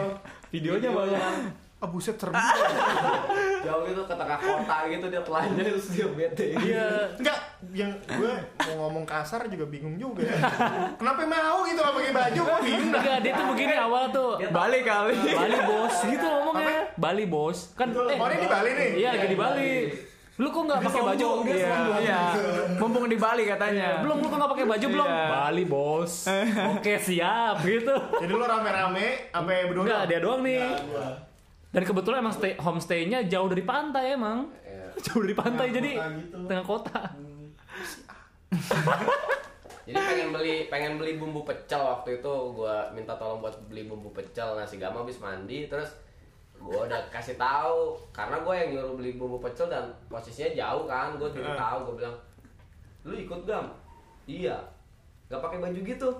S6: Videonya banyak.
S3: Ah buset serem.
S7: ya. Jauh gitu ke tengah kota gitu dia telanjang terus (laughs) dia bete.
S6: Iya.
S3: Enggak, yang gue mau ngomong kasar juga bingung juga. ya. Kenapa mau gitu nggak pakai baju? Gue bingung. dah.
S6: Enggak, dia tuh begini awal tuh.
S12: Balik kali.
S6: Bali bos, gitu ngomongnya. Bali bos. Kan eh,
S3: Kemarin di Bali nih.
S6: Iya, lagi di Bali. Lu kok nggak pakai baju? Iya.
S12: Iya. Mumpung di Bali katanya.
S6: Belum lu kok nggak pakai baju belum?
S12: Iya.
S6: Bali (laughs) bos. Oke, siap gitu.
S3: Jadi lo rame-rame sampai berdua.
S6: Enggak, dia doang nih. Dan kebetulan emang stay, homestay-nya jauh dari pantai emang. (laughs) Jauh dari pantai jadi Iya. tengah kota. gitu. Hmm.
S7: Jadi pengen beli pengen beli bumbu pecel waktu itu gua minta tolong buat beli bumbu pecel nasi gama habis mandi terus gua udah kasih tahu karena gua yang nyuruh beli bumbu pecel dan posisinya jauh kan gua tidak tahu gua bilang lu ikut gam iya nggak pakai baju gitu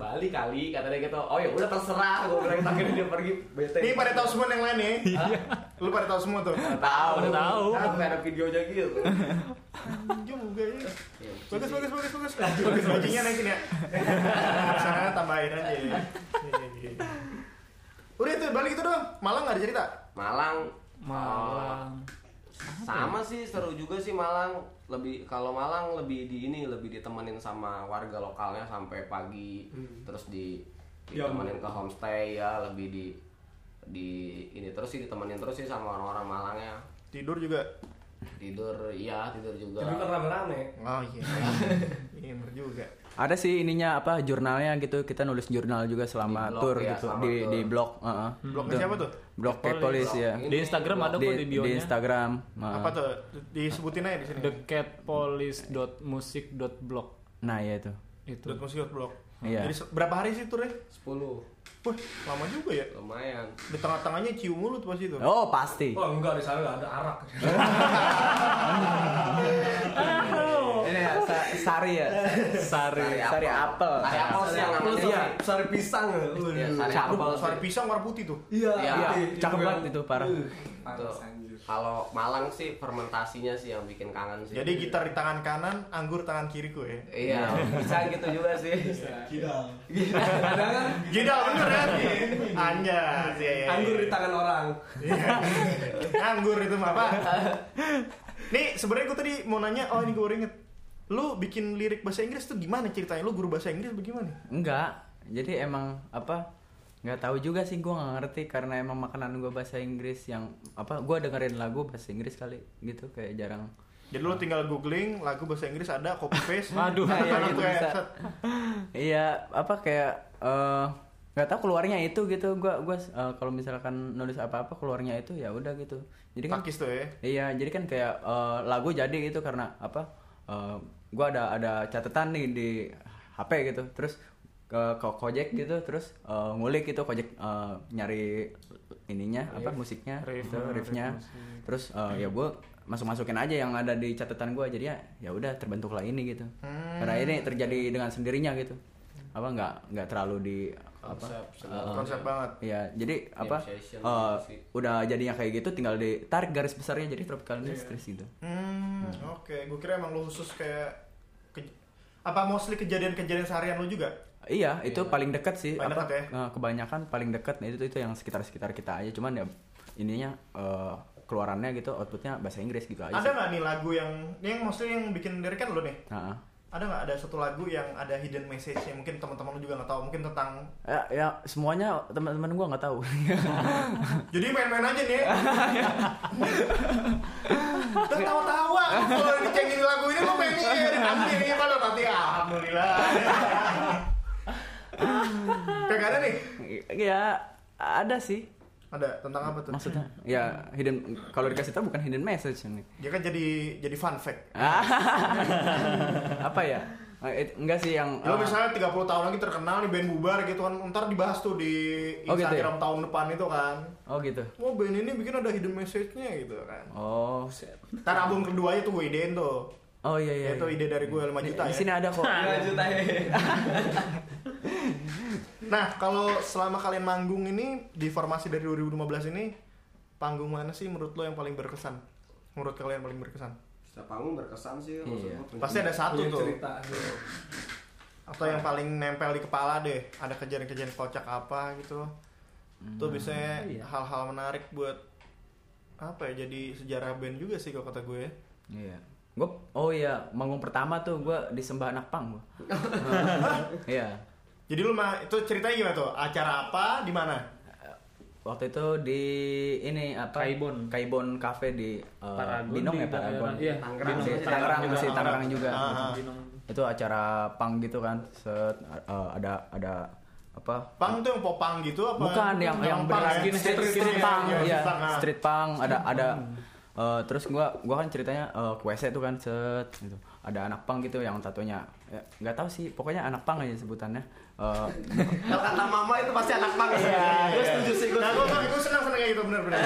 S7: Bali kali kata dia gitu oh ya udah terserah gua bilang gitu, akhirnya dia pergi bete
S3: Ini pada tahu semua yang lain nih.
S6: Iya.
S3: Lu pada tahu semua tuh.
S7: tahu
S6: Udah tahu.
S7: sampai ada videonya gitu
S3: juga ya. Bagus, bagus, bagus, bagus. Bagus, bajunya naikin ya. Sana tambahin aja. Iya, iya, iya. Udah itu balik itu doang. Malang nggak ada cerita.
S7: Malang Oh,
S6: Malang.
S7: sama sih seru juga sih Malang lebih kalau Malang lebih di ini lebih ditemenin sama warga lokalnya sampai pagi terus di ditemenin ke homestay ya lebih di di ini terus sih ditemenin terus sih sama orang-orang Malangnya
S3: Tidur juga.
S7: tidur iya tidur juga
S5: Tapi kan rame-rame.
S3: Oh iya. Iya bener juga.
S12: Ada sih ininya apa jurnalnya gitu kita nulis jurnal juga
S7: Di
S12: selama
S7: blog,
S12: tour
S7: ya,
S12: gitu
S7: selama
S12: di
S7: tour. Iya.
S12: di blog. heeh.
S3: Blognya siapa tuh?
S12: Blog Cat Police ya.
S6: Di Instagram ada
S12: Di,
S6: kok di
S12: di
S6: bio-nya.
S12: Instagram. nah, heeh.
S3: Apa tuh? Disebutin aja di sini.
S6: thecatpolice.music.blog
S12: Nah ya itu.
S6: itu.
S3: Dot musik dot blog.
S12: Iya.
S3: Jadi se- berapa hari sih turnya?
S7: 10
S3: Wah, lama juga ya.
S7: lumayan
S3: Di tengah-tengahnya cium mulut pas itu.
S12: Oh pasti.
S5: Oh enggak di sana nggak ada
S12: (laughs)
S5: arak.
S12: Ini ya, sa- sari ya. Sari.
S7: Sari
S12: Sari apel.
S7: Sari apel sih yang namanya.
S12: Iya.
S5: Sari pisang. ya. Waduh.
S7: Iya, sari
S12: Cakep.
S7: apel
S3: Suara pisang warna putih tuh.
S5: Iya.
S7: Iya,
S5: putih.
S12: cakep
S5: Itu
S12: banget
S5: yang-
S12: itu, parah.
S5: Uh,
S7: Tuh.
S5: anjir.
S7: Kalau Malang sih fermentasinya sih yang bikin kangen sih.
S3: Jadi gitar di tangan kanan, anggur tangan kiriku ya.
S7: Iya,
S6: (laughs)
S7: bisa gitu juga sih.
S5: Iya. Gidal.
S7: Kadang kan
S3: Gila bener ya? Anjas, ya, ya, ya.
S5: Anggur di tangan orang.
S3: Iya. Anggur itu mah apa? Nih sebenarnya gue tadi mau nanya, oh ini gue inget. Lu bikin lirik bahasa Inggris tuh gimana ceritanya? Lu guru bahasa Inggris bagaimana?
S12: Enggak. Jadi emang apa? Nggak tahu juga sih gue nggak ngerti karena emang makanan gue bahasa Inggris yang apa? Gue dengerin lagu bahasa Inggris kali gitu kayak jarang.
S3: Jadi lu tinggal googling lagu bahasa Inggris ada copy paste. (laughs)
S6: Waduh,
S3: Nah,
S12: iya,
S3: lalu
S12: gitu
S3: kayak
S12: bisa.
S3: set.
S12: Iya apa kayak eh, nggak tahu keluarnya itu gitu. Gue gue eh, kalau misalkan nulis apa apa keluarnya itu ya udah gitu. Jadi kan
S3: Pakis tuh ya.
S12: Iya, jadi kan kayak eh, lagu jadi gitu karena apa? eh, gua ada ada catatan nih di HP gitu. Terus ke ke Kojek gitu, terus eh, ngulik gitu Kojek eh, nyari ininya apa musiknya, gitu, riffnya. Terus eh, ya gua masuk-masukin aja yang ada di catatan gua jadi ya ya udah terbentuklah ini gitu. Karena ini terjadi dengan sendirinya gitu. Apa nggak nggak terlalu di apa? eh,
S3: Konsep banget.
S12: Iya, jadi apa?
S7: obsession
S12: eh,
S7: sih.
S12: udah jadinya kayak gitu, gal ditarik garis besarnya jadi
S3: Iya.
S12: tropical industries gitu.
S3: Hmm, oke. Gue kira emang lu khusus kayak ke- apa mostly kejadian-kejadian seharian lu juga?
S12: Iya, itu paling dekat sih.
S3: Paling
S12: apa,
S3: dekat
S12: eh, kebanyakan paling dekat nah, itu itu yang sekitar-sekitar kita aja. Cuman ya ininya eh, keluarannya gitu, outputnya bahasa Inggris gitu aja.
S3: Ada
S12: sih.
S3: nggak nih lagu yang ini yang mostly yang bikin lirik kan lu nih?
S12: Nah,
S3: Ada nggak ada satu lagu yang ada hidden message yang mungkin teman-teman lu juga nggak tahu? Mungkin tentang
S12: eh, ya semuanya teman-teman gua nggak tahu. (laughs)
S3: Jadi main-main aja nih. Tertawa-tawa kalau dicengin lagu ini lo main ya, mikir nanti ini apa lo nanti
S12: (laughs)
S3: alhamdulillah. Kagak ada nih.
S12: ya ada sih.
S3: Ada tentang apa tuh?
S12: Maksudnya ya hidden kalau dikasih tahu bukan hidden message ini.
S3: Dia kan jadi jadi fun fact.
S12: (laughs) apa ya? Eh, it- Enggak sih yang
S3: Lo
S12: eh,
S3: misalnya 30 tahun lagi terkenal nih band bubar gitu kan ntar dibahas tuh di
S12: Oh, gitu ya?
S3: Instagram tahun depan itu kan.
S12: Oh gitu.
S3: Wah band ini bikin ada hidden message-nya gitu kan.
S12: Oh.
S3: Ntar album keduanya tuh gue idein tuh.
S12: Oh iya iya.
S3: Itu
S12: iya.
S3: ide dari gue 5
S12: Di-
S3: juta
S12: Di
S3: ya.
S12: sini ada
S6: (laughs)
S12: kok.
S5: Lanjut aja.
S3: Nah, kalau selama kalian manggung ini di formasi dari 2015 ini panggung mana sih menurut lo yang paling berkesan? Menurut kalian paling berkesan?
S7: setiap panggung berkesan sih maksud
S12: Iya.
S7: gua punya-
S3: Pasti ada satu
S5: Punya
S3: tuh
S5: cerita.
S3: atau yang paling nempel di kepala deh. Ada kejadian-kejadian kocak apa gitu. Tuh biasanya
S12: iya.
S3: hal-hal menarik buat apa ya? Jadi sejarah band juga sih kalau kata gue. ya.
S12: Iya. Gue oh iya, manggung pertama tuh gue disembah anak pang
S3: (laughs)
S12: gue. Iya.
S3: Jadi lu mah itu ceritanya gimana tuh? Acara apa? Di mana?
S12: Waktu itu di ini apa?
S6: Kaibon.
S12: Kaibon Cafe di eh,
S6: Paragon
S12: Binong
S6: di
S12: ya Paragon.
S6: daerah- iya,
S12: Tangerang
S7: Binong.
S12: sih,
S3: Tangerang
S12: Tangerang masih
S3: juga.
S12: Tangerang juga.
S3: Ah, ah.
S12: Gitu. Itu acara pang gitu kan. Set eh, ada ada apa?
S3: Pang tuh yang popang gitu apa?
S12: Bukan yang yang
S3: punk
S12: beneran
S3: ya?
S12: street, street
S3: ya,
S12: punk,
S3: ya,
S12: ya,
S3: street punk, ah.
S12: street punk ada ada eh, terus gua gua kan ceritanya eh, ke WC tuh kan set gitu. Ada anak pang gitu yang tatonya ya, nggak tahu sih, pokoknya anak pang aja sebutannya. Eh, (laughs)
S7: Kalau kata mama itu pasti anak pang
S3: Iya,
S7: sih. Gua setuju sih gua.
S3: Nah, gue gue senang senang kayak gitu bener-bener.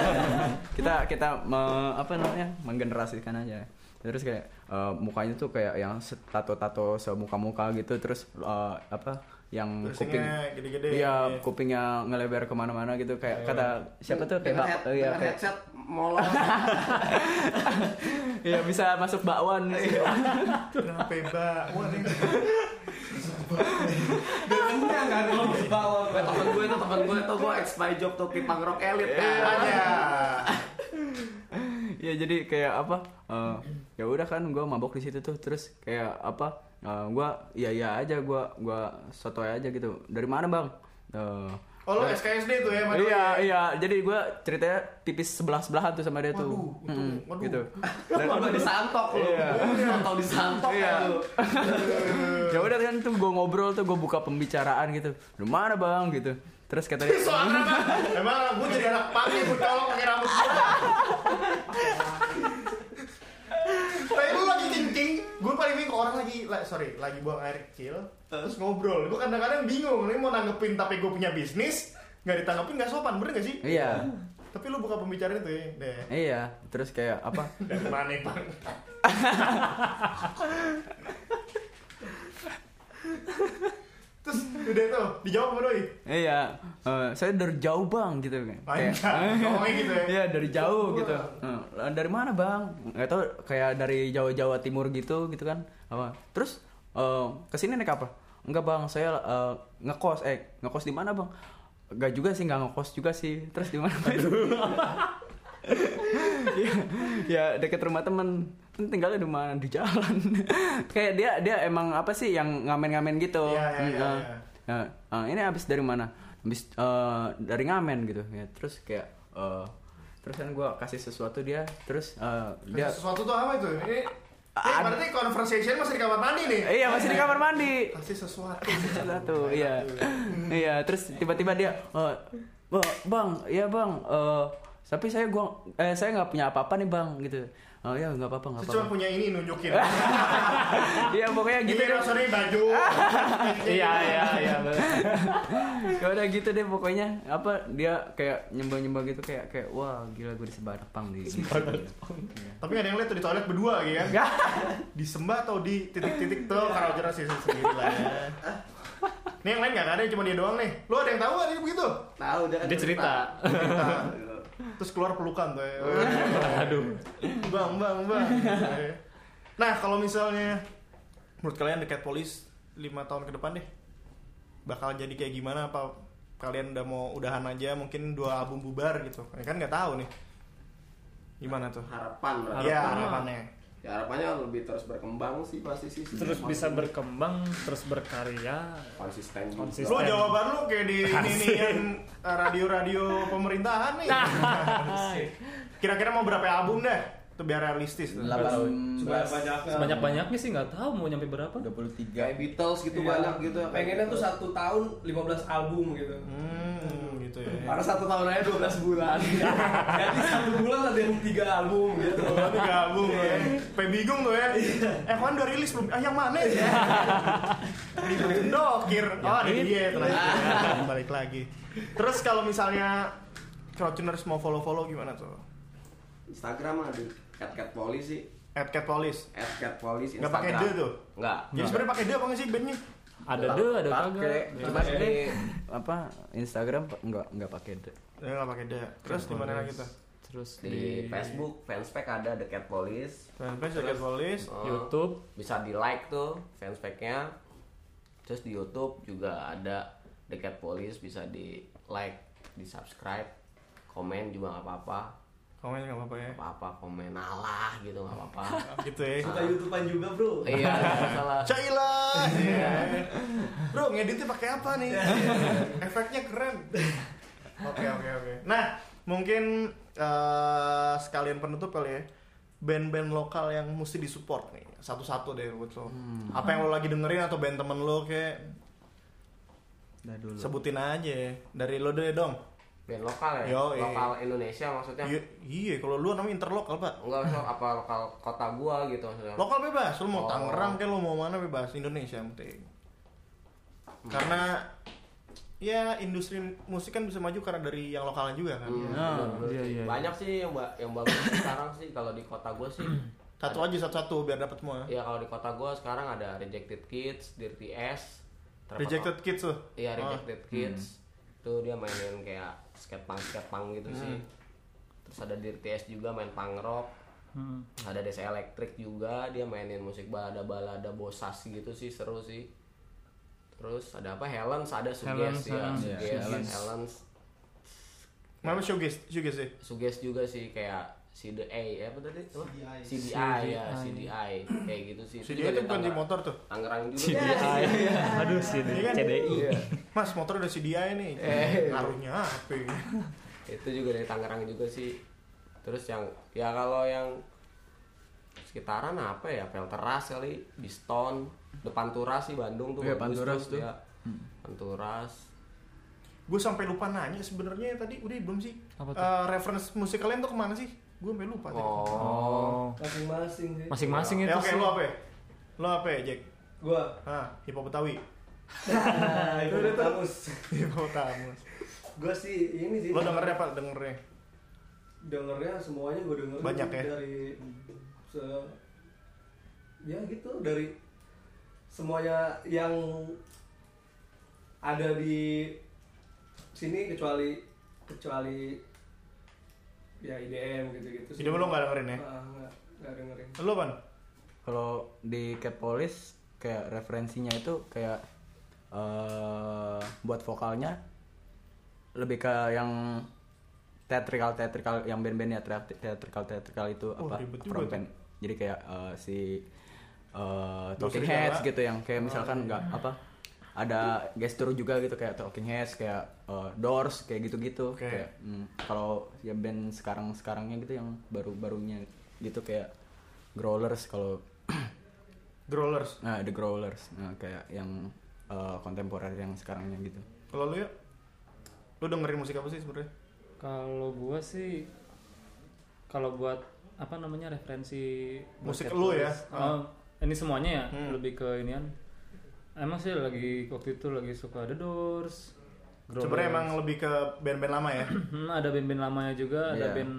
S12: kita kita me- apa namanya? menggenerasikan aja. Terus kayak eh, mukanya tuh kayak yang tato-tato semuka-muka gitu terus eh, apa yang kuping
S3: Piercingnya gede-gede.
S12: Iya,
S3: Iya.
S12: kupingnya ngelebar kemana-mana gitu kayak kata siapa tuh kayak
S7: Dengan head-
S12: bak- iya,
S7: dengan
S12: kayak-
S7: headset molor.
S12: Iya bisa masuk bakwan
S3: Iya.
S12: gitu.
S3: Kenapa ya, mbak? Wah, ini-
S5: Enggak enggak ada orang bawa.
S7: Gue temen gue tuh temen gue tuh gue ex my job tuh di punk rock elit kan.
S3: Aja.
S12: ya jadi kayak apa? eh, ya udah kan gue mabok di situ tuh terus kayak apa? eh, gue iya iya aja gue gue sotoy aja gitu. Dari mana bang? Eh,
S3: Oh lo SKSD tuh ya, Mas?
S12: iya
S3: (laughs)
S12: iya jadi gue ceritanya tipis sebelah sebelahan tuh sama dia tuh.
S3: Waduh, itu,
S12: Mm,
S3: waduh.
S12: gitu.
S7: Kalau disantok lu. Atau disantok
S12: Iya.
S7: kan lu.
S12: ya udah kan tuh gue ngobrol tuh gue buka pembicaraan gitu. Dari mana bang gitu. Terus
S3: (laughs)
S12: kata dia,
S3: Soalnya kan, emang gue jadi anak panggung, gue colok pakai rambut gue. Tapi lu lagi kencing, gue paling bingung orang lagi, la- sorry, lagi buang air kecil terus ngobrol gue kadang-kadang bingung nih mau nanggepin tapi gue punya bisnis nggak ditanggepin nggak sopan bener gak sih
S12: Iya.
S3: tapi lu buka pembicaraan itu ya deh
S12: Iya, terus kayak apa?
S3: dari mana bang terus udah tuh dijawab sama doi
S12: Iya, eh, saya dari jauh bang gitu kan. Kayak-
S3: Panjang, (laughs) ngomongnya gitu ya.
S12: Iya dari jauh gitu. Eh, dari mana bang? Gak tau kayak dari Jawa Jawa Timur gitu gitu kan. Apa? Terus eh, kesini naik apa? Enggak bang, saya eh, ngekos. Eh ngekos di mana bang? Gak juga sih, gak ngekos juga sih. Terus di mana? (laughs) Bang? ya, ya deket rumah temen Kan tinggalnya di mana di jalan (laughs) kayak dia dia emang apa sih yang ngamen-ngamen gitu
S3: Iya, iya,
S12: Hmm,
S3: iya,
S12: eh, eh, eh, ini habis dari mana habis eh, dari ngamen gitu ya terus kayak eh, terus kan gue kasih sesuatu dia terus eh, dia
S3: sesuatu tuh apa itu ini ini berarti conversation masih di kamar mandi nih
S12: Eh, iya masih di kamar mandi
S3: kasih sesuatu
S12: satu iya iya terus tiba-tiba dia eh, "Ba- bang ya bang eh, tapi saya gua eh saya nggak punya apa-apa nih bang gitu oh ya nggak apa-apa nggak
S3: Terus cuma
S12: apa-apa
S3: punya ini nunjukin
S12: iya pokoknya gitu
S3: gitu
S12: deh
S3: sorry baju
S6: Iya iya iya.
S12: ya udah gitu deh pokoknya apa dia kayak nyembah nyembah gitu kayak kayak wah gila gue disembah pang di
S3: tapi gak ada yang lihat tuh di toilet berdua gitu kan (laughs) disembah atau di titik-titik tuh kalau jelas sih sendiri lah ya Nih yang lain gak ada, cuma dia doang nih. Lu ada yang tahu gak dia begitu?
S7: Tahu dia kan
S6: Dia cerita.
S3: Terus keluar pelukan tuh. Aduh. Bang, bang, bang. Nah, kalau misalnya menurut kalian The Cat Police 5 tahun ke depan deh bakal jadi kayak gimana apa kalian udah mau udahan aja mungkin dua album bubar gitu. Ya kan nggak tahu nih. Gimana tuh?
S7: Harapan berarti.
S3: Iya,
S6: Harapan.
S3: harapannya.
S7: Ya, harapannya lebih terus berkembang sih pasti sih.
S13: terus bisa berkembang terus berkarya
S7: konsisten. juga.
S13: Konsisten.
S3: Lu jawaban lu kayak di ini nih yang radio-radio pemerintahan nih. Kira-kira mau berapa album deh? Itu biar realistis. tuh.
S7: Hmm.
S5: Coba banyaknya.
S6: Sebanyak banyaknya sih nggak tahu mau nyampe berapa.
S7: Kayak Beatles gitu
S5: Iya.
S7: banyak gitu. kayak
S5: Pengennya tuh
S7: Beatles.
S5: satu tahun 15 album gitu.
S3: Hmm, gitu ya.
S5: Karena satu tahun aja 12
S7: (laughs)
S5: bulan. Jadi satu bulan ada yang tiga album gitu.
S3: Berarti gabung lo
S7: Iya.
S3: ya. Pe bingung lo ya. Eh kan udah rilis belum? Ah yang mana ya? Dikir.
S7: Iya.
S3: Oh, ada dia
S7: Ah.
S3: terakhir. Iya, Balik lagi. Terus kalau misalnya Crowdtuners mau follow-follow gimana tuh?
S7: Instagram ada cat cat polisi,
S3: At Cat Police.
S7: at cat polisi.
S3: Nggak pakai
S7: Instagram.
S3: D tuh?
S7: Nggak.
S3: Jadi sebenarnya pakai dia apa nggak sih bandnya?
S6: Ada de, ada
S12: pakai
S6: kagak.
S12: cuma di apa Instagram pa- nggak nggak pakai deh.
S3: Ya nggak pakai dia. Terus di mana lagi tuh?
S6: Terus
S7: Di Facebook, fanspage ada the cat police.
S3: Fanpage The Cat Police.
S7: Oh,
S6: (laughs) YouTube.
S7: Bisa di like tuh fanspage-nya. Terus di YouTube juga ada the cat police bisa di like, di subscribe, komen juga nggak apa-apa.
S3: Komen nggak apa-apa ya.
S7: Nggak apa-apa komen alah gitu nggak
S3: (laughs)
S7: apa-apa.
S3: Gitu ya.
S5: Suka YouTubean juga, Bro.
S7: iya,
S3: (laughs)
S7: nggak salah.
S3: Caila. Bro, ngeditnya pakai apa nih? Efeknya keren. Oke, oke, oke. Nah, mungkin eh, sekalian penutup kali ya. Band-band lokal yang mesti disupport nih. Satu-satu deh buat lo. Apa yang lo lagi dengerin atau band temen lo kayak sebutin aja dari lo deh dong.
S7: Band lokal ya?
S3: Yoi.
S7: Lokal Indonesia maksudnya.
S3: Iya, iya, kalau lu namanya interlokal, Pak.
S7: Enggak, so- apa lokal kota gua gitu maksudnya.
S3: Lokal bebas, lu mau
S7: Oh.
S3: Tangerang kayak lu mau mana bebas, Indonesia yang penting.
S7: Hmm.
S3: Karena ya industri musik kan bisa maju karena dari yang lokalnya juga kan.
S7: Hmm,
S12: Nah,
S7: bener-bener
S6: iya,
S7: sih.
S6: iya, iya.
S7: Banyak sih yang ba- yang bagus sekarang sih kalau di kota gua
S3: (clears throat)
S7: sih.
S3: Satu aja satu-satu biar dapat semua.
S7: Iya, kalau di kota gua sekarang ada Rejected Kids, Dirty S, Trapper-
S3: Rejected Kids tuh. Ah.
S7: Iya, Rejected Kids. Tuh dia mainin kayak skatepunk skatepunk gitu sih. Terus ada Dirty S juga main punk rock. Ada DC Electric juga, dia mainin musik balada-balada bosas gitu sih, seru sih. Terus ada apa? Helens ada Suges
S6: Helens,
S7: ya,
S6: Helens.
S7: Suges,
S12: Iya, Helens.
S7: Helens.
S3: Mana Showcase? Showcase sih.
S7: Suges juga sih kayak CDA, apa tadi? Apa?
S5: CDI.
S7: CDI ya, CDI kayak gitu sih. Itu
S3: Si dia
S7: juga di
S3: tuh bukan di
S7: Tangerang-
S3: motor tuh.
S7: Tangerang juga.
S13: aduh sih
S3: Iya kan?
S13: CDI
S3: Mas, motor udah CDI nih.
S7: Eh, iya.
S3: Ngaruhnya apa? ya?
S7: itu juga dari Tangerang juga sih terus yang ya kalau yang sekitaran apa ya Pelteras kali Biston depan Turas sih Bandung tuh
S12: Iya,
S7: bagus
S12: Panturas tuh. Hmm.
S7: ya. Panturas
S3: Gue sampai lupa nanya sebenarnya tadi udah belum sih?
S6: Apa tuh?
S3: Eh, reference musik kalian tuh kemana sih? Gue sampai lupa tadi.
S7: oh
S6: Oh.
S5: Masing-masing sih.
S6: Masing-masing itu
S3: Ya oke,
S6: sih.
S3: lu apa ya? Lu apa ya, Jack?
S5: Gua Nah,
S3: Hah, hip hop Betawi.
S5: itu udah tuh.
S3: Hip hop Tamus.
S5: Gua sih ini sih.
S3: Lo dengernya apa dengernya?
S5: dengernya semuanya gue dengerin
S3: Banyak ya?
S5: dari se ya gitu dari semuanya yang ada di sini kecuali kecuali ya IDM gitu-gitu. sih.
S3: IDM lo nggak dengerin ya?
S5: Ah, nggak, nggak dengerin.
S3: Lo pan?
S12: Kalau di Cat Police kayak referensinya itu kayak eh buat vokalnya lebih ke yang teatrikal teatrikal yang band-band ya teatrikal teatrikal itu
S3: Oh,
S12: apa
S3: ribet juga
S12: front
S3: tuh.
S12: band. Jadi kayak eh, si eh
S3: Dua
S12: Talking
S3: serigala.
S12: Heads gitu yang kayak misalkan nggak apa ada gestur juga gitu kayak Talking Heads kayak eh, Doors kayak gitu-gitu
S3: Oke.
S12: kayak mm, kalau ya band sekarang-sekarangnya gitu yang baru-barunya gitu kayak Growlers kalau (clears throat)
S3: Growlers.
S12: Nah, The Growlers. Nah, kayak yang eh, kontemporer yang sekarangnya gitu.
S3: Kalau lo yuk, lo dengerin musik apa sih sebenarnya?
S6: Kalau gua sih kalau buat apa namanya referensi buat
S3: Musik
S6: Cat
S3: lu ya?
S6: Police, oh, ini semuanya ya
S3: Hmm.
S6: lebih ke inian. Emang sih lagi waktu itu lagi suka The Doors. Growlers.
S3: Sebenarnya emang lebih ke band-band lama ya.
S6: Hmm, ada band-band lamanya juga, ada
S12: Iya.
S6: band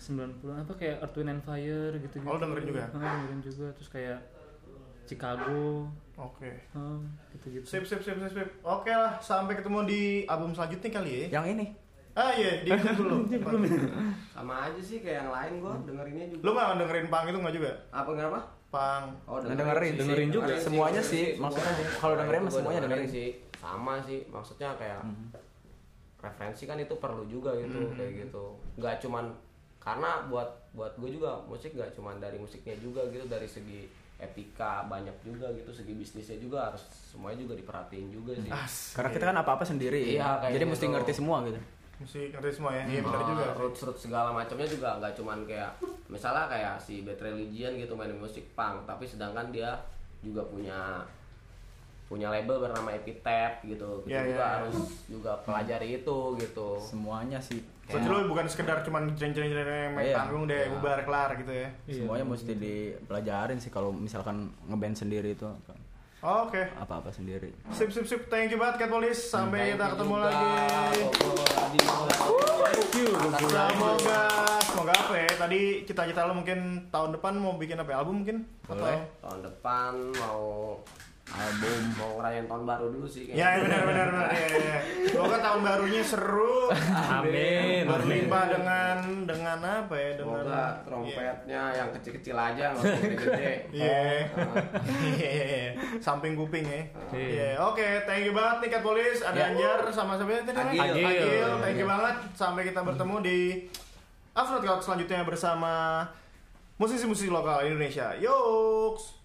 S6: 90 apa kayak Earth Wind and Fire gitu-gitu.
S3: Oh, dengerin juga?
S6: Ah, dengerin juga terus kayak Chicago,
S3: (clears throat) Oke.
S6: ah, gitu-gitu.
S3: Sip, sip, sip, sip, sip. Oke lah, sampai ketemu di album selanjutnya kali ya.
S12: Yang ini.
S3: Ah iya, (laughs) di itu dulu.
S7: Sama aja sih kayak yang lain gua dengerinnya
S3: Lo
S7: juga.
S3: nggak dengerin pang itu nggak juga?
S7: Apa kenapa?
S3: Pang.
S7: Oh,
S12: Nah, dengerin, dengerin juga. Semuanya sih, maksudnya kalau dengerin mah
S7: Nah, Gua
S12: semuanya dengerin. Mhm.
S7: sih. Sama sih, maksudnya kayak referensi kan itu perlu juga gitu kayak gitu. Gak cuman karena buat buat gue juga musik gak cuman dari musiknya juga gitu dari segi etika banyak juga gitu segi bisnisnya juga harus semuanya juga diperhatiin juga sih.
S12: Karena kita kan apa-apa sendiri.
S7: Iya, kayak
S12: Jadi
S7: gitu.
S12: mesti ngerti semua gitu.
S3: Musik ngerti semua ya. Iya benar juga.
S7: roots roots segala macamnya juga nggak cuman kayak misalnya kayak si Bad Religion gitu main musik punk tapi sedangkan dia juga punya punya label bernama Epitaph gitu kita
S3: Iya,
S7: juga
S3: iya, iya.
S7: harus juga pelajari itu gitu
S12: Semuanya sih.
S3: Berarti lo bukan sekedar cuman jeng-jeng-jeng main
S12: Iya.
S3: panggung deh, bubar kelar gitu ya.
S12: Semuanya mesti dipelajarin sih kalau misalkan ngeband sendiri itu kan.
S3: Oke.
S12: apa-apa sendiri.
S3: Sip, sip, sip. Thank you banget, Cat Police. Sampai kita ketemu
S7: gitu Juga,
S3: lagi.
S7: Bobo, Adi,
S3: Semoga, semoga apa ya? Tadi cita-cita lo mungkin tahun depan mau bikin apa? ya? Album mungkin? Atau?
S7: tahun depan mau album mau ngerayain tahun baru dulu sih
S3: Ya, ya, benar, benar, benar. Ya, ya, ya. Semoga tahun barunya seru.
S6: Amin.
S3: Berlimpah dengan dengan apa ya? Dengan
S7: semoga trompetnya yang kecil-kecil aja nggak usah gede-gede
S3: Iya. Iya, iya, iya. Samping kuping ya. Iya, oke. Thank you banget nih Kat Polis, ada Anjar sama siapa tadi? namanya?
S7: Agil.
S3: Agil. Iya. Thank you banget. Sampai kita bertemu di Afro Talk selanjutnya bersama musisi-musisi lokal Indonesia. Yoks.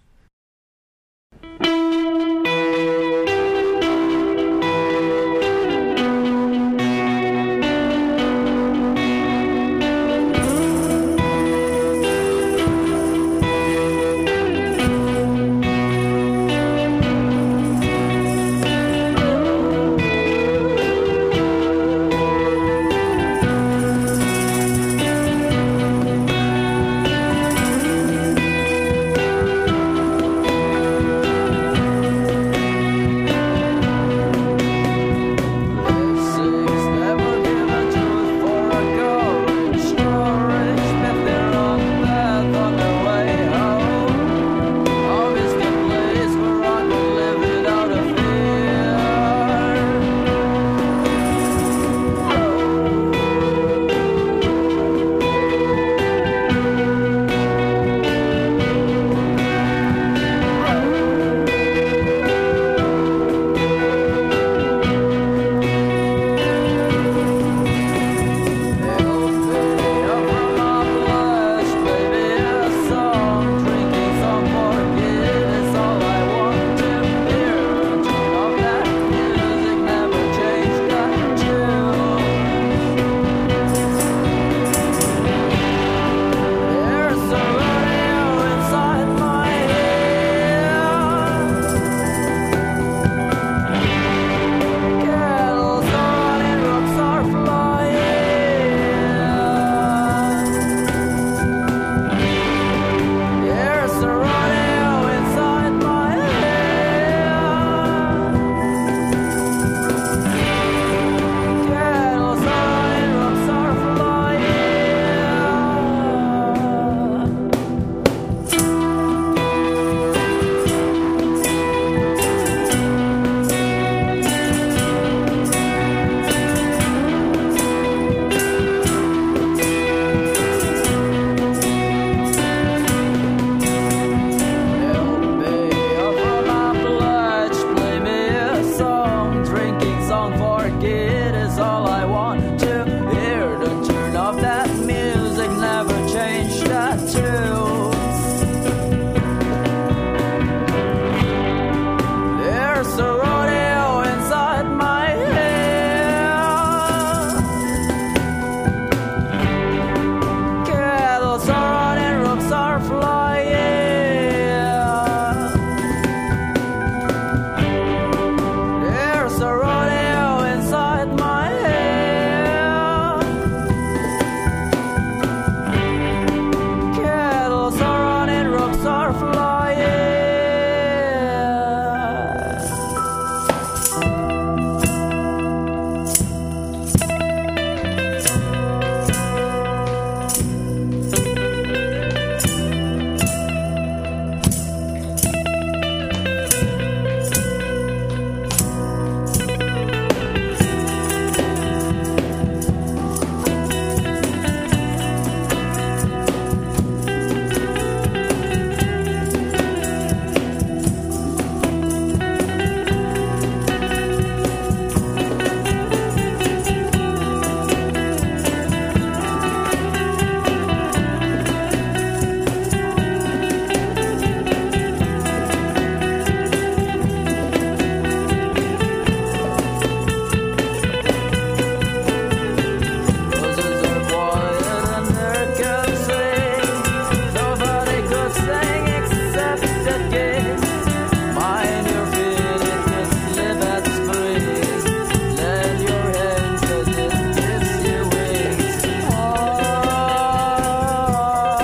S2: Thank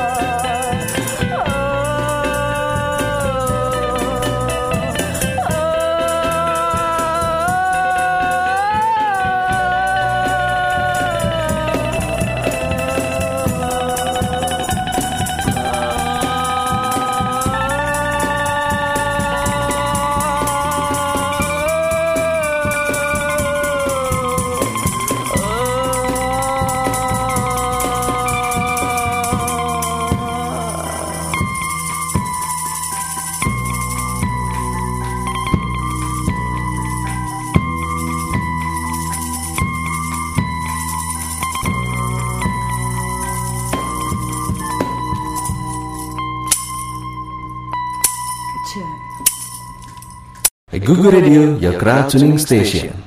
S4: Oh.
S2: Google Radio, your crowd tuning station.